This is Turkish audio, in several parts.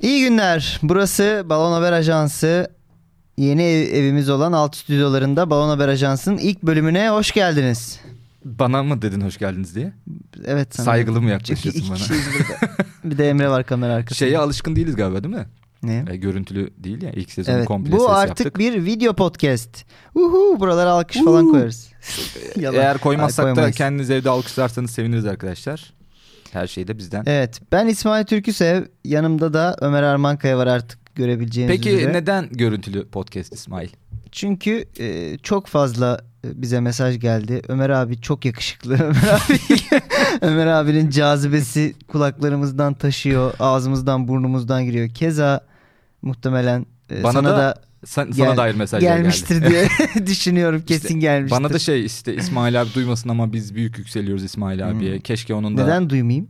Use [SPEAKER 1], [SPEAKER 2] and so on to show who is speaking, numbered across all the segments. [SPEAKER 1] İyi günler. Burası Balon Haber Ajansı. Yeni ev- evimiz olan alt stüdyolarında Balon Haber Ajansı'nın ilk bölümüne hoş geldiniz.
[SPEAKER 2] Bana mı dedin hoş geldiniz diye?
[SPEAKER 1] Evet. sana-
[SPEAKER 2] Saygılı mı
[SPEAKER 1] İki, iki
[SPEAKER 2] yaklaşıyorsun bana?
[SPEAKER 1] kişiyiz burada. Bir de Emre var kamera arkasında.
[SPEAKER 2] Şeye alışkın değiliz galiba değil mi?
[SPEAKER 1] ne?
[SPEAKER 2] E, görüntülü değil ya ilk sezon
[SPEAKER 1] Evet.
[SPEAKER 2] komple
[SPEAKER 1] Bu
[SPEAKER 2] ses
[SPEAKER 1] artık
[SPEAKER 2] yaptık.
[SPEAKER 1] bir video podcast. Uhu buralara alkış falan koyarız. Yalan.
[SPEAKER 2] Eğer koymazsak
[SPEAKER 1] Ay,
[SPEAKER 2] da
[SPEAKER 1] koyamayız.
[SPEAKER 2] kendiniz evde alkışlarsanız seviniriz arkadaşlar. Her şey de bizden.
[SPEAKER 1] Evet. Ben İsmail Türküsev. Yanımda da Ömer Armankaya var artık görebileceğiniz
[SPEAKER 2] Peki
[SPEAKER 1] üzere.
[SPEAKER 2] neden görüntülü podcast İsmail?
[SPEAKER 1] Çünkü e, çok fazla e, bize mesaj geldi. Ömer abi çok yakışıklı. Ömer abi Ömer abinin cazibesi kulaklarımızdan taşıyor, ağzımızdan, burnumuzdan giriyor. Keza muhtemelen e,
[SPEAKER 2] Bana
[SPEAKER 1] sana da,
[SPEAKER 2] da Sen, sana
[SPEAKER 1] Gel-
[SPEAKER 2] dair mesajlar geldi.
[SPEAKER 1] gelmiştir diye düşünüyorum. Kesin gelmiştir.
[SPEAKER 2] Bana da şey işte İsmail abi duymasın ama biz büyük yükseliyoruz İsmail abiye. Keşke onun da
[SPEAKER 1] Hmm. neden duymayayım?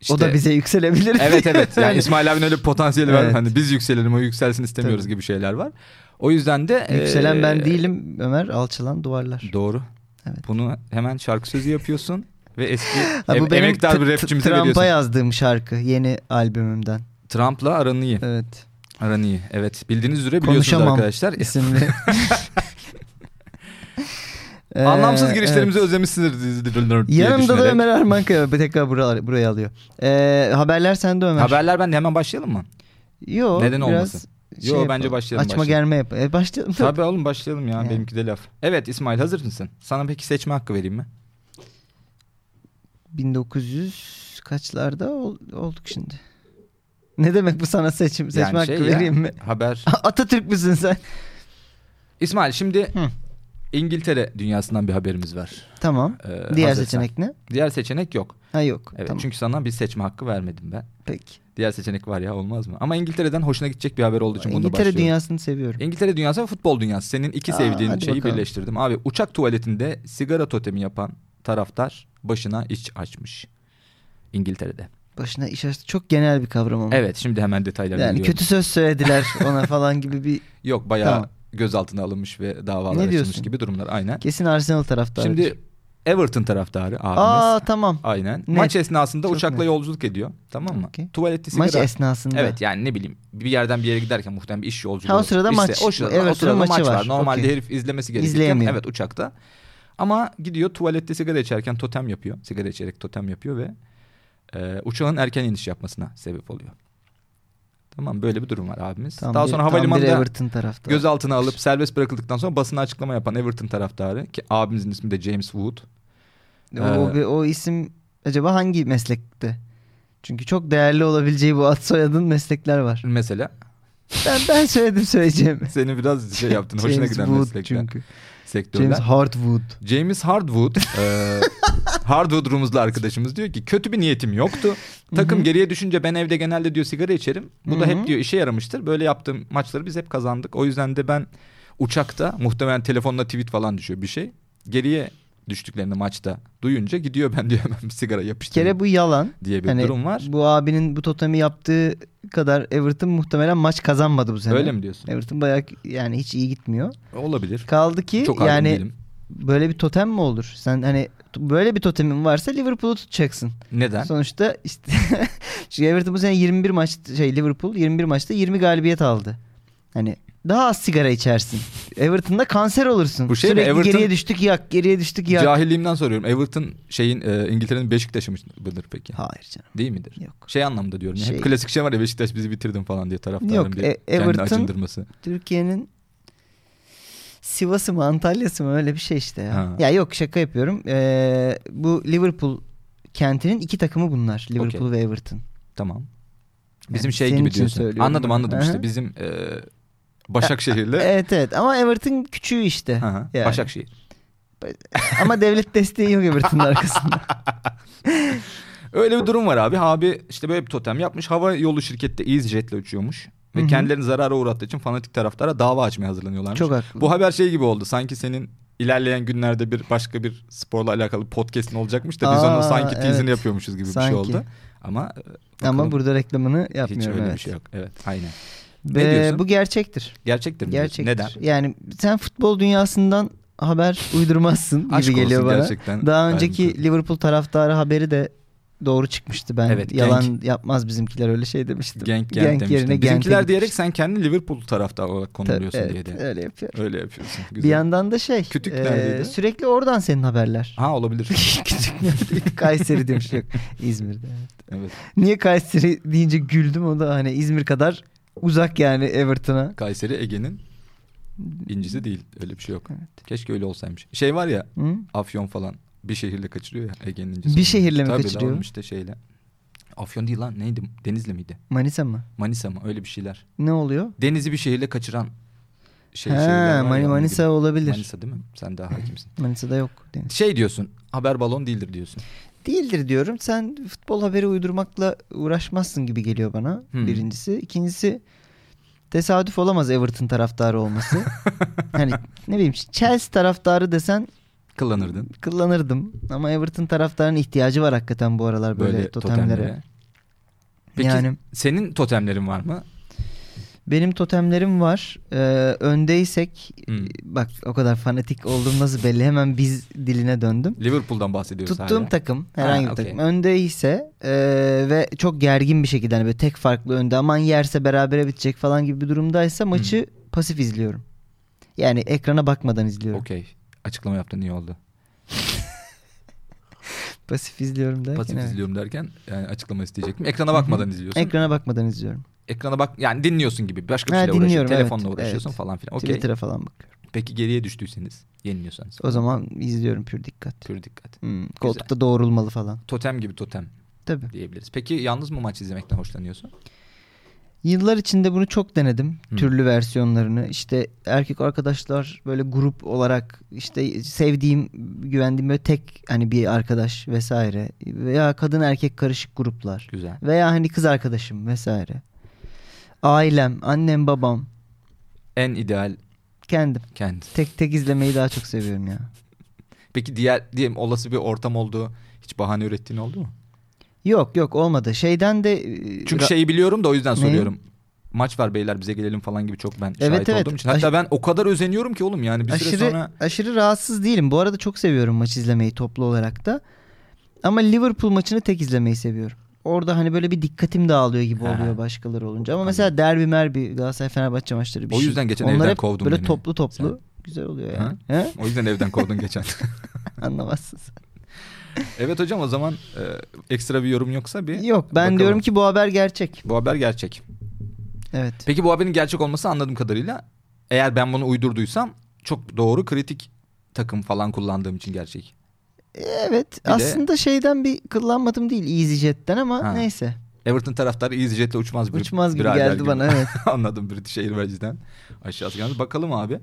[SPEAKER 2] işte-
[SPEAKER 1] O da bize yükselebilir.
[SPEAKER 2] Evet evet. Yani
[SPEAKER 1] Yani
[SPEAKER 2] İsmail abinin öyle bir potansiyeli var.
[SPEAKER 1] Evet.
[SPEAKER 2] Hani biz yükselelim o yükselsin istemiyoruz
[SPEAKER 1] Tabii.
[SPEAKER 2] gibi şeyler var. O yüzden de
[SPEAKER 1] Yükselen ben
[SPEAKER 2] e,
[SPEAKER 1] değilim Ömer alçalan duvarlar.
[SPEAKER 2] Doğru.
[SPEAKER 1] Evet.
[SPEAKER 2] Bunu hemen şarkı sözü yapıyorsun ve eski
[SPEAKER 1] Ha,
[SPEAKER 2] em- emektar
[SPEAKER 1] t-
[SPEAKER 2] bir
[SPEAKER 1] t-
[SPEAKER 2] rapçimize
[SPEAKER 1] Trump'a
[SPEAKER 2] veriyorsun.
[SPEAKER 1] yazdığım şarkı yeni albümümden.
[SPEAKER 2] Trump'la aran iyi.
[SPEAKER 1] Evet.
[SPEAKER 2] Aran iyi. Evet. Bildiğiniz üzere biliyorsunuz
[SPEAKER 1] Konuşamam.
[SPEAKER 2] arkadaşlar.
[SPEAKER 1] isimli. Ee,
[SPEAKER 2] Anlamsız girişlerimizi özlemişsinizdir diye
[SPEAKER 1] evet. Yanımda da
[SPEAKER 2] düşünerek.
[SPEAKER 1] Ömer Armankaya tekrar buraya, buraya alıyor. Ee, haberler sende Ömer.
[SPEAKER 2] Haberler ben de hemen başlayalım mı?
[SPEAKER 1] Yo,
[SPEAKER 2] Neden
[SPEAKER 1] biraz
[SPEAKER 2] olmasın?
[SPEAKER 1] şey
[SPEAKER 2] Yo,
[SPEAKER 1] yapalım.
[SPEAKER 2] bence başlayalım,
[SPEAKER 1] Açma
[SPEAKER 2] başlayalım.
[SPEAKER 1] germe yap. E, başlayalım.
[SPEAKER 2] Tabii oğlum başlayalım ya.
[SPEAKER 1] Yani.
[SPEAKER 2] Benimki de laf. Evet İsmail hazır mısın? Sana peki seçme hakkı vereyim mi?
[SPEAKER 1] 1900 kaçlarda ol- olduk şimdi. Ne demek bu sana seçim seçme
[SPEAKER 2] Yani
[SPEAKER 1] hakkı
[SPEAKER 2] şey ya,
[SPEAKER 1] vereyim mi?
[SPEAKER 2] Haber.
[SPEAKER 1] Atatürk müsün sen?
[SPEAKER 2] İsmail şimdi
[SPEAKER 1] Hı.
[SPEAKER 2] İngiltere dünyasından bir haberimiz var.
[SPEAKER 1] Tamam.
[SPEAKER 2] Ee,
[SPEAKER 1] Diğer
[SPEAKER 2] hazırsan.
[SPEAKER 1] seçenek ne?
[SPEAKER 2] Diğer seçenek yok.
[SPEAKER 1] Ha yok.
[SPEAKER 2] Evet.
[SPEAKER 1] tamam.
[SPEAKER 2] Çünkü sana bir seçme hakkı vermedim ben.
[SPEAKER 1] Peki.
[SPEAKER 2] Diğer seçenek var ya olmaz mı? Ama İngiltere'den hoşuna gidecek bir haber olduğu için bunu
[SPEAKER 1] İngiltere
[SPEAKER 2] başlıyorum.
[SPEAKER 1] dünyasını seviyorum.
[SPEAKER 2] İngiltere dünyası ve futbol dünyası. Senin iki
[SPEAKER 1] Aa,
[SPEAKER 2] sevdiğin
[SPEAKER 1] hadi
[SPEAKER 2] şeyi
[SPEAKER 1] bakalım.
[SPEAKER 2] birleştirdim. Abi uçak tuvaletinde sigara totemi yapan taraftar başına iç açmış. İngiltere'de.
[SPEAKER 1] Başına iş açtı. Çok genel bir kavram ama.
[SPEAKER 2] Evet şimdi hemen detaylarına
[SPEAKER 1] Yani
[SPEAKER 2] giriyorum.
[SPEAKER 1] kötü söz söylediler ona falan gibi bir
[SPEAKER 2] Yok bayağı
[SPEAKER 1] Tamam.
[SPEAKER 2] gözaltına alınmış ve
[SPEAKER 1] Ne
[SPEAKER 2] davalar açılmış
[SPEAKER 1] diyorsun?
[SPEAKER 2] gibi durumlar aynen.
[SPEAKER 1] kesin Arsenal taraftarı.
[SPEAKER 2] Şimdi Everton taraftarı abimiz.
[SPEAKER 1] aa tamam.
[SPEAKER 2] aynen.
[SPEAKER 1] Net.
[SPEAKER 2] Maç esnasında
[SPEAKER 1] Çok
[SPEAKER 2] uçakla
[SPEAKER 1] net.
[SPEAKER 2] yolculuk ediyor. Tamam mı?
[SPEAKER 1] Okey.
[SPEAKER 2] Tuvalette sigara.
[SPEAKER 1] Maç esnasında.
[SPEAKER 2] Evet yani ne bileyim bir yerden bir yere giderken muhtemelen bir iş yolculuğu.
[SPEAKER 1] Ha, o sırada
[SPEAKER 2] İşte
[SPEAKER 1] maç.
[SPEAKER 2] O sırada,
[SPEAKER 1] Evet,
[SPEAKER 2] o sırada maç var.
[SPEAKER 1] Okey.
[SPEAKER 2] Normalde herif izlemesi gerekirken
[SPEAKER 1] İzleyemiyor.
[SPEAKER 2] evet uçakta. Ama gidiyor tuvalette sigara içerken totem yapıyor. Sigara içerek totem yapıyor ve e, uçağın erken iniş yapmasına sebep oluyor. Tamam böyle bir durum var abimiz.
[SPEAKER 1] Tam
[SPEAKER 2] Daha
[SPEAKER 1] bir-
[SPEAKER 2] sonra
[SPEAKER 1] tam bir
[SPEAKER 2] havalimanında
[SPEAKER 1] Everton taraftarı.
[SPEAKER 2] gözaltına alıp serbest bırakıldıktan sonra basına açıklama yapan Everton taraftarı ki abimizin ismi de James Wood.
[SPEAKER 1] o, o,
[SPEAKER 2] Ee,
[SPEAKER 1] o isim acaba hangi meslekte? Çünkü çok değerli olabileceği bu ad soyadın meslekler var.
[SPEAKER 2] Mesela
[SPEAKER 1] Ben ben söyledim söyleyeceğimi.
[SPEAKER 2] seni biraz şey yaptın hoşuna
[SPEAKER 1] James
[SPEAKER 2] giden
[SPEAKER 1] Wood
[SPEAKER 2] meslekler,
[SPEAKER 1] çünkü.
[SPEAKER 2] sektörler.
[SPEAKER 1] James Hartwood.
[SPEAKER 2] James Hardwood, eee Hardwood rumuzlu arkadaşımız diyor ki kötü bir niyetim yoktu. Takım geriye düşünce ben evde genelde diyor sigara içerim. Bu da
[SPEAKER 1] Hı hı.
[SPEAKER 2] hep diyor işe yaramıştır. Böyle yaptığım maçları biz hep kazandık. O yüzden de ben uçakta muhtemelen telefonla tweet falan düşüyor bir şey. Geriye düştüklerini maçta duyunca gidiyor ben diyor hemen bir sigara
[SPEAKER 1] Bir
[SPEAKER 2] yapıştırıyorum
[SPEAKER 1] kere bu yalan.
[SPEAKER 2] diye bir
[SPEAKER 1] Hani
[SPEAKER 2] durum var.
[SPEAKER 1] bu abinin bu totemi yaptığı kadar Everton muhtemelen maç kazanmadı bu sene.
[SPEAKER 2] Öyle mi diyorsun?
[SPEAKER 1] Everton bayağı yani hiç iyi gitmiyor.
[SPEAKER 2] Olabilir.
[SPEAKER 1] Kaldı ki
[SPEAKER 2] Çok yani,
[SPEAKER 1] yani
[SPEAKER 2] değilim.
[SPEAKER 1] böyle bir totem mi olur? Sen hani t- böyle bir totemin varsa Liverpool'u tutacaksın.
[SPEAKER 2] Neden?
[SPEAKER 1] Sonuçta işte çünkü Everton bu sene 21 maç şey Liverpool 21 maçta 20 galibiyet aldı. Hani daha az sigara içersin. Everton'da kanser olursun.
[SPEAKER 2] Bu şey mi?
[SPEAKER 1] Sürekli
[SPEAKER 2] Everton-
[SPEAKER 1] geriye düştük yak, geriye düştük yak.
[SPEAKER 2] Cahilliğimden soruyorum. Everton şeyin eee, İngiltere'nin Beşiktaş'ı mıdır peki?
[SPEAKER 1] Hayır canım
[SPEAKER 2] Değil midir?
[SPEAKER 1] yok.
[SPEAKER 2] Şey anlamda diyorum. ya,
[SPEAKER 1] Şey-
[SPEAKER 2] Hep klasik şey var ya Beşiktaş bizi bitirdin falan diye taraftarın
[SPEAKER 1] Yok,
[SPEAKER 2] bir
[SPEAKER 1] e-
[SPEAKER 2] kendini
[SPEAKER 1] Everton-
[SPEAKER 2] acındırması.
[SPEAKER 1] Türkiye'nin Sivas'ı mı Antalya'sı mı öyle bir şey işte ya.
[SPEAKER 2] Ha.
[SPEAKER 1] Ya yok şaka yapıyorum. Ee, bu Liverpool kentinin iki takımı bunlar. Liverpool ve Everton.
[SPEAKER 2] Tamam.
[SPEAKER 1] Yani
[SPEAKER 2] Bizim şey
[SPEAKER 1] senin
[SPEAKER 2] gibi
[SPEAKER 1] için
[SPEAKER 2] diyorsun.
[SPEAKER 1] söylüyorum
[SPEAKER 2] Anladım
[SPEAKER 1] ben.
[SPEAKER 2] anladım
[SPEAKER 1] Aha.
[SPEAKER 2] işte bizim e, Başakşehir'le
[SPEAKER 1] Evet evet ama Everton küçüğü işte.
[SPEAKER 2] Aha,
[SPEAKER 1] Yani.
[SPEAKER 2] Başakşehir.
[SPEAKER 1] Ama devlet desteği yok Everton'ın arkasında.
[SPEAKER 2] Öyle bir durum var abi. Abi işte böyle bir totem yapmış. Hava yolu şirkette EasyJet'le uçuyormuş. Ve
[SPEAKER 1] Hı hı.
[SPEAKER 2] kendilerini zarara uğrattığı için fanatik taraftara dava açmaya hazırlanıyorlarmış.
[SPEAKER 1] Çok haklı.
[SPEAKER 2] Bu haber şey gibi oldu. Sanki senin ilerleyen günlerde bir başka bir sporla alakalı podcast'in olacakmış da biz
[SPEAKER 1] Aa,
[SPEAKER 2] onun sanki teasini
[SPEAKER 1] evet.
[SPEAKER 2] yapıyormuşuz gibi
[SPEAKER 1] Sanki.
[SPEAKER 2] bir şey oldu. Ama e, bakalım,
[SPEAKER 1] Ama burada reklamını
[SPEAKER 2] hiç
[SPEAKER 1] yapmıyorum.
[SPEAKER 2] öyle bir
[SPEAKER 1] evet.
[SPEAKER 2] şey yok. Evet, aynen.
[SPEAKER 1] Ve
[SPEAKER 2] Ne diyorsun?
[SPEAKER 1] bu gerçektir.
[SPEAKER 2] Gerçektir mi? diyorsun?
[SPEAKER 1] Gerçektir.
[SPEAKER 2] Neden?
[SPEAKER 1] Yani sen futbol dünyasından haber uydurmazsın gibi
[SPEAKER 2] Aşk
[SPEAKER 1] geliyor
[SPEAKER 2] olsun
[SPEAKER 1] bana.
[SPEAKER 2] gerçekten.
[SPEAKER 1] Daha
[SPEAKER 2] Ben-
[SPEAKER 1] önceki Liverpool taraftarı haberi de doğru çıkmıştı. Ben
[SPEAKER 2] Evet,
[SPEAKER 1] yalan
[SPEAKER 2] genk.
[SPEAKER 1] yapmaz bizimkiler öyle şey demiştim.
[SPEAKER 2] Genk
[SPEAKER 1] Genk yerine
[SPEAKER 2] genk, demiştin.
[SPEAKER 1] Gent'e
[SPEAKER 2] Bizimkiler diyerek
[SPEAKER 1] gitmiştim.
[SPEAKER 2] sen kendi Liverpool taraftarı olarak
[SPEAKER 1] Tabii,
[SPEAKER 2] konumluyorsun
[SPEAKER 1] evet,
[SPEAKER 2] diye de.
[SPEAKER 1] Öyle yapıyorum.
[SPEAKER 2] Öyle yapıyorsun. Güzel.
[SPEAKER 1] Bir yandan da şey
[SPEAKER 2] Kütük
[SPEAKER 1] e,
[SPEAKER 2] neredeydi?
[SPEAKER 1] sürekli oradan senin haberler.
[SPEAKER 2] Ha olabilir.
[SPEAKER 1] Kütük neredeydi? Kayseri demiş yok. İzmir'de.
[SPEAKER 2] evet.
[SPEAKER 1] Niye Kayseri deyince güldüm o da hani İzmir kadar uzak yani Everton'a.
[SPEAKER 2] Kayseri Ege'nin incisi değil. Öyle bir şey yok.
[SPEAKER 1] Evet.
[SPEAKER 2] Keşke öyle olsaymış. Şey var ya
[SPEAKER 1] Hı?
[SPEAKER 2] Afyon falan bir şehirle kaçırıyor ya Ege'nin incisi.
[SPEAKER 1] Bir şehirle mi
[SPEAKER 2] Tabii
[SPEAKER 1] kaçırıyor?
[SPEAKER 2] lan işte şeyle. Afyon değil lan neydi? Denizli miydi?
[SPEAKER 1] Manisa mı?
[SPEAKER 2] Manisa mı? Öyle bir şeyler.
[SPEAKER 1] Ne oluyor?
[SPEAKER 2] Denizi bir şehirle kaçıran şey,
[SPEAKER 1] ha,
[SPEAKER 2] şehirler var
[SPEAKER 1] Mani-
[SPEAKER 2] ya, onun
[SPEAKER 1] Manisa
[SPEAKER 2] gibi.
[SPEAKER 1] olabilir.
[SPEAKER 2] Manisa değil mi? Sen daha hakimsin.
[SPEAKER 1] Manisa'da yok deniz.
[SPEAKER 2] Şey diyorsun. Haber balon değildir diyorsun.
[SPEAKER 1] Değildir diyorum. Sen futbol haberi uydurmakla uğraşmazsın gibi geliyor bana.
[SPEAKER 2] Hmm.
[SPEAKER 1] Birincisi. İkincisi tesadüf olamaz Everton taraftarı olması. hani ne bileyim Chelsea taraftarı desen
[SPEAKER 2] Kullanırdın.
[SPEAKER 1] kullanırdım. Ama Everton taraftarının ihtiyacı var hakikaten bu aralar böyle,
[SPEAKER 2] Böyle,
[SPEAKER 1] totemlere.
[SPEAKER 2] totemlere. Peki
[SPEAKER 1] Yani
[SPEAKER 2] senin totemlerin var mı?
[SPEAKER 1] benim totemlerim var. Ee, öndeysek
[SPEAKER 2] Hmm.
[SPEAKER 1] bak o kadar fanatik olduğum nasıl belli. Hemen biz diline döndüm.
[SPEAKER 2] Liverpool'dan bahsediyoruz
[SPEAKER 1] Tuttuğum
[SPEAKER 2] hala.
[SPEAKER 1] takım herhangi
[SPEAKER 2] Ha,
[SPEAKER 1] bir
[SPEAKER 2] okey.
[SPEAKER 1] takım önde ise e, ve çok gergin bir şekilde hani böyle tek farklı önde aman yerse berabere bitecek falan gibi bir durumdaysa maçı pasif izliyorum. Yani ekrana bakmadan izliyorum.
[SPEAKER 2] Okey. Açıklama yaptın iyi oldu.
[SPEAKER 1] Pasif izliyorum derken.
[SPEAKER 2] Pasif
[SPEAKER 1] evet.
[SPEAKER 2] izliyorum derken yani açıklama isteyecektim. Ekrana bakmadan izliyorsun.
[SPEAKER 1] Ekrana bakmadan izliyorum.
[SPEAKER 2] Ekrana bak yani dinliyorsun gibi. Başka bir
[SPEAKER 1] Ha,
[SPEAKER 2] şeyle uğraşıyorsun.
[SPEAKER 1] dinliyorum, evet,
[SPEAKER 2] Telefonla uğraşıyorsun
[SPEAKER 1] evet.
[SPEAKER 2] falan filan. Okey.
[SPEAKER 1] Twitter'a falan bakıyorum.
[SPEAKER 2] Peki geriye düştüyseniz, yeniliyorsanız.
[SPEAKER 1] O zaman izliyorum pür dikkat.
[SPEAKER 2] Pür dikkat.
[SPEAKER 1] Hmm, koltukta doğrulmalı falan.
[SPEAKER 2] Totem gibi totem
[SPEAKER 1] Tabii.
[SPEAKER 2] diyebiliriz. Peki yalnız mı maç izlemekten hoşlanıyorsun?
[SPEAKER 1] Yıllar içinde bunu çok denedim.
[SPEAKER 2] Hı.
[SPEAKER 1] Türlü versiyonlarını. İşte erkek arkadaşlar böyle grup olarak işte sevdiğim, güvendiğim böyle tek hani bir arkadaş vesaire. Veya kadın erkek karışık gruplar.
[SPEAKER 2] Güzel.
[SPEAKER 1] Veya hani kız arkadaşım vesaire. Ailem, annem, babam,
[SPEAKER 2] En ideal
[SPEAKER 1] kendim.
[SPEAKER 2] kendi.
[SPEAKER 1] Tek tek izlemeyi daha çok seviyorum ya.
[SPEAKER 2] Peki diğer diyelim olası bir ortam oldu. Hiç bahane ürettiğin oldu mu?
[SPEAKER 1] Yok yok olmadı. Şeyden de... e,
[SPEAKER 2] Çünkü şey
[SPEAKER 1] ra-
[SPEAKER 2] şeyi biliyorum da o yüzden
[SPEAKER 1] Ne?
[SPEAKER 2] soruyorum. Maç var beyler bize gelelim falan gibi çok ben
[SPEAKER 1] evet.
[SPEAKER 2] şahit olduğum için. Hatta
[SPEAKER 1] Aş-
[SPEAKER 2] ben o kadar özeniyorum ki oğlum yani bir süre
[SPEAKER 1] aşırı,
[SPEAKER 2] sonra
[SPEAKER 1] aşırı rahatsız değilim. Bu arada çok seviyorum maç izlemeyi toplu olarak da. Ama Liverpool maçını tek izlemeyi seviyorum. Orada hani böyle bir dikkatim dağılıyor gibi
[SPEAKER 2] Ha.
[SPEAKER 1] oluyor başkaları olunca. Ama mesela derbi merbi Galatasaray Fenerbahçe maçları bir
[SPEAKER 2] O
[SPEAKER 1] şey.
[SPEAKER 2] yüzden geçen
[SPEAKER 1] Onlar
[SPEAKER 2] evden
[SPEAKER 1] hep
[SPEAKER 2] kovdun
[SPEAKER 1] Böyle
[SPEAKER 2] beni.
[SPEAKER 1] toplu toplu güzel oluyor yani. Ee, He?
[SPEAKER 2] O yüzden evden kovdun geçen.
[SPEAKER 1] Anlamazsın sen.
[SPEAKER 2] evet hocam o zaman e, ekstra bir yorum yoksa bir
[SPEAKER 1] Yok ben
[SPEAKER 2] bakalım.
[SPEAKER 1] diyorum ki bu haber gerçek.
[SPEAKER 2] bu haber gerçek.
[SPEAKER 1] Evet.
[SPEAKER 2] Peki bu haberin gerçek olması anladığım kadarıyla eğer ben bunu uydurduysam çok doğru kritik takım falan kullandığım için gerçek.
[SPEAKER 1] Evet
[SPEAKER 2] de-
[SPEAKER 1] aslında şeyden bir kullanmadım değil EasyJet'ten ama
[SPEAKER 2] Ha.
[SPEAKER 1] neyse.
[SPEAKER 2] Everton taraftarı EasyJet'le uçmaz bir
[SPEAKER 1] Uçmaz gibi
[SPEAKER 2] birader
[SPEAKER 1] geldi bana evet.
[SPEAKER 2] Anladım British Airways'den aşağısı geldi. Bakalım abi.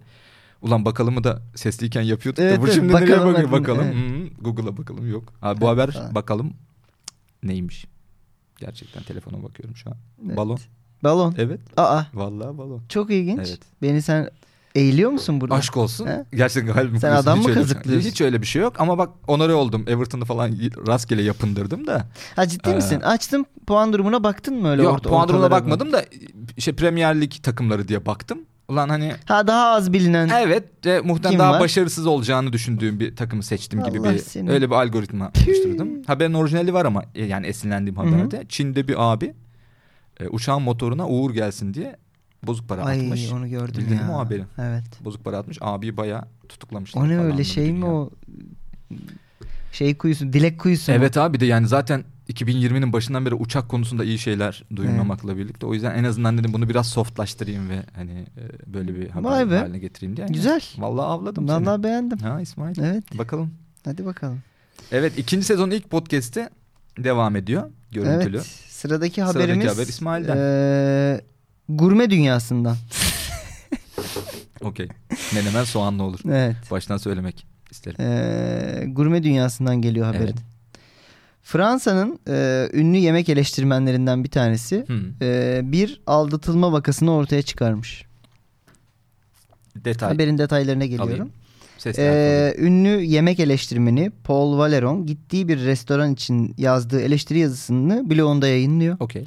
[SPEAKER 2] Ulan bakalımı da sesliyken yapıyorduk
[SPEAKER 1] Evet,
[SPEAKER 2] da bu
[SPEAKER 1] evet,
[SPEAKER 2] şimdi
[SPEAKER 1] bakalım
[SPEAKER 2] nereye bakıyor
[SPEAKER 1] adını,
[SPEAKER 2] bakalım.
[SPEAKER 1] evet.
[SPEAKER 2] Hmm, Google'a bakalım yok. Abi bu
[SPEAKER 1] Evet,
[SPEAKER 2] haber
[SPEAKER 1] falan.
[SPEAKER 2] bakalım neymiş. Gerçekten telefona bakıyorum şu an.
[SPEAKER 1] Evet.
[SPEAKER 2] Balon.
[SPEAKER 1] Balon.
[SPEAKER 2] Evet.
[SPEAKER 1] Aa
[SPEAKER 2] Vallahi balon.
[SPEAKER 1] çok ilginç.
[SPEAKER 2] Evet.
[SPEAKER 1] Beni sen eğiliyor musun burada?
[SPEAKER 2] Aşk olsun.
[SPEAKER 1] He?
[SPEAKER 2] Gerçekten
[SPEAKER 1] Sen
[SPEAKER 2] kalbim kırılsın.
[SPEAKER 1] adam
[SPEAKER 2] Hiç
[SPEAKER 1] mı
[SPEAKER 2] öyle bir şey-
[SPEAKER 1] kazıklıyorsun?
[SPEAKER 2] Hiç öyle bir şey yok ama bak onore oldum. Everton'ı falan rastgele yapındırdım da.
[SPEAKER 1] Ha ciddi
[SPEAKER 2] Ee,
[SPEAKER 1] misin? Açtım puan durumuna baktın mı öyle?
[SPEAKER 2] yok
[SPEAKER 1] orta-
[SPEAKER 2] puan durumuna
[SPEAKER 1] ortalara böyle?
[SPEAKER 2] bakmadım da şey Premier Lig takımları diye baktım. Ulan hani
[SPEAKER 1] Ha daha az bilinen.
[SPEAKER 2] evet e, muhtemelen
[SPEAKER 1] Kim
[SPEAKER 2] daha
[SPEAKER 1] var?
[SPEAKER 2] başarısız olacağını düşündüğüm bir takımı seçtim gibi
[SPEAKER 1] Allah
[SPEAKER 2] bir
[SPEAKER 1] seni.
[SPEAKER 2] öyle bir algoritma oluşturdum. Haberin orijinali var ama e, yani esinlendiğim
[SPEAKER 1] Hı hı.
[SPEAKER 2] haberde Çin'de bir abi e, uçağın motoruna uğur gelsin diye bozuk para
[SPEAKER 1] Ay
[SPEAKER 2] atmış.
[SPEAKER 1] onu gördüm
[SPEAKER 2] Bildin
[SPEAKER 1] ya.
[SPEAKER 2] mi o haberi?
[SPEAKER 1] Evet.
[SPEAKER 2] Bozuk para atmış. Abi bayağı tutuklamışlar.
[SPEAKER 1] O ne
[SPEAKER 2] falan
[SPEAKER 1] öyle
[SPEAKER 2] böyle
[SPEAKER 1] şey mi
[SPEAKER 2] dünya.
[SPEAKER 1] o? Şey kuyusu, dilek kuyusu mu?
[SPEAKER 2] Evet abi de yani zaten 2020'nin başından beri uçak konusunda iyi şeyler duymamakla birlikte o yüzden en azından dedim bunu biraz softlaştırayım ve hani e, böyle bir haber
[SPEAKER 1] Vay be.
[SPEAKER 2] haline getireyim diye.
[SPEAKER 1] Güzel.
[SPEAKER 2] Vallahi avladım
[SPEAKER 1] Vallahi beğendim.
[SPEAKER 2] seni. Ha İsmail.
[SPEAKER 1] Evet.
[SPEAKER 2] Bakalım.
[SPEAKER 1] Hadi bakalım.
[SPEAKER 2] Evet ikinci sezonun ilk podcast'i devam ediyor görüntülü.
[SPEAKER 1] Evet. Sıradaki
[SPEAKER 2] Sıradaki
[SPEAKER 1] haberimiz
[SPEAKER 2] haber İsmail'den.
[SPEAKER 1] eee, gurme dünyasından.
[SPEAKER 2] Okey. Menemen soğanlı olur.
[SPEAKER 1] Evet.
[SPEAKER 2] Baştan söylemek isterim.
[SPEAKER 1] Eee, gurme dünyasından geliyor haberin.
[SPEAKER 2] Evet.
[SPEAKER 1] Fransa'nın eee, ünlü yemek eleştirmenlerinden bir tanesi
[SPEAKER 2] Hmm.
[SPEAKER 1] eee, Ee, bir aldatılma vakasını ortaya çıkarmış.
[SPEAKER 2] Detay.
[SPEAKER 1] Haberin detaylarına geliyorum.
[SPEAKER 2] alayım. Ses
[SPEAKER 1] Ee, ünlü yemek eleştirmeni Paul Valeron gittiği bir restoran için yazdığı eleştiri yazısını blogunda yayınlıyor.
[SPEAKER 2] Okey.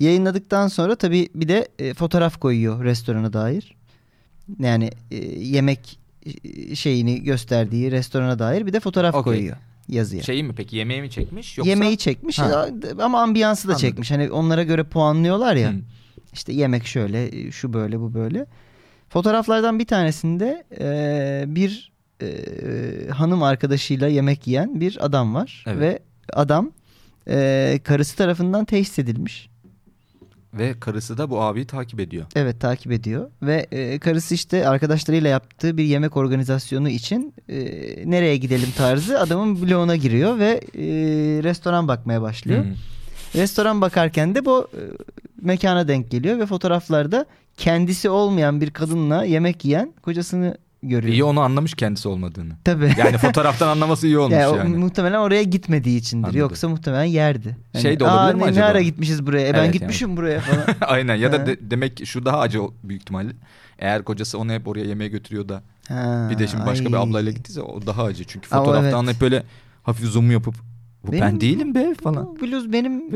[SPEAKER 1] Yayınladıktan sonra tabii bir de e, fotoğraf koyuyor restorana dair. Yani e, yemek e, şeyini gösterdiği restorana dair bir de fotoğraf
[SPEAKER 2] Okey.
[SPEAKER 1] koyuyor. yazıya.
[SPEAKER 2] Şeyi mi peki yemeği mi çekmiş yoksa?
[SPEAKER 1] Yemeği çekmiş
[SPEAKER 2] Ha.
[SPEAKER 1] ama ambiyansı da
[SPEAKER 2] Anladım.
[SPEAKER 1] çekmiş. Hani onlara göre puanlıyorlar ya.
[SPEAKER 2] Hı.
[SPEAKER 1] İşte yemek şöyle, şu böyle, bu böyle. Fotoğraflardan bir tanesinde e, bir e, hanım arkadaşıyla yemek yiyen bir adam var.
[SPEAKER 2] Evet.
[SPEAKER 1] Ve adam e, karısı tarafından teşhis edilmiş.
[SPEAKER 2] Ve karısı da bu abiyi takip ediyor.
[SPEAKER 1] Evet takip ediyor. Ve e, karısı işte arkadaşlarıyla yaptığı bir yemek organizasyonu için e, nereye gidelim tarzı adamın bloğuna giriyor ve e, restoran bakmaya başlıyor.
[SPEAKER 2] Hı.
[SPEAKER 1] Restoran bakarken de bu e, mekana denk geliyor ve fotoğraflarda kendisi olmayan bir kadınla yemek yiyen kocasını görüyor.
[SPEAKER 2] İyi onu anlamış kendisi olmadığını.
[SPEAKER 1] Tabii.
[SPEAKER 2] Yani fotoğraftan anlaması iyi olmuş
[SPEAKER 1] Ya, o
[SPEAKER 2] yani.
[SPEAKER 1] Muhtemelen oraya gitmediği içindir.
[SPEAKER 2] Anladım.
[SPEAKER 1] Yoksa muhtemelen yerdi. Hani,
[SPEAKER 2] Şey de
[SPEAKER 1] "Aa,
[SPEAKER 2] olabilir mi
[SPEAKER 1] ne, Ne
[SPEAKER 2] acaba?"
[SPEAKER 1] ara gitmişiz buraya? E, ben
[SPEAKER 2] Evet,
[SPEAKER 1] gitmişim buraya falan.
[SPEAKER 2] Aynen ya
[SPEAKER 1] He.
[SPEAKER 2] da de- demek ki şu daha acı o- büyük ihtimalle. Eğer kocası onu hep oraya yemeğe götürüyor da
[SPEAKER 1] Ha,
[SPEAKER 2] bir de şimdi başka bir
[SPEAKER 1] ay.
[SPEAKER 2] ablayla gittiyse o daha acı. Çünkü
[SPEAKER 1] Ama
[SPEAKER 2] fotoğraftan
[SPEAKER 1] evet.
[SPEAKER 2] hep böyle hafif zoom yapıp bu
[SPEAKER 1] Benim-
[SPEAKER 2] ben değilim be falan.
[SPEAKER 1] Bu bluz benim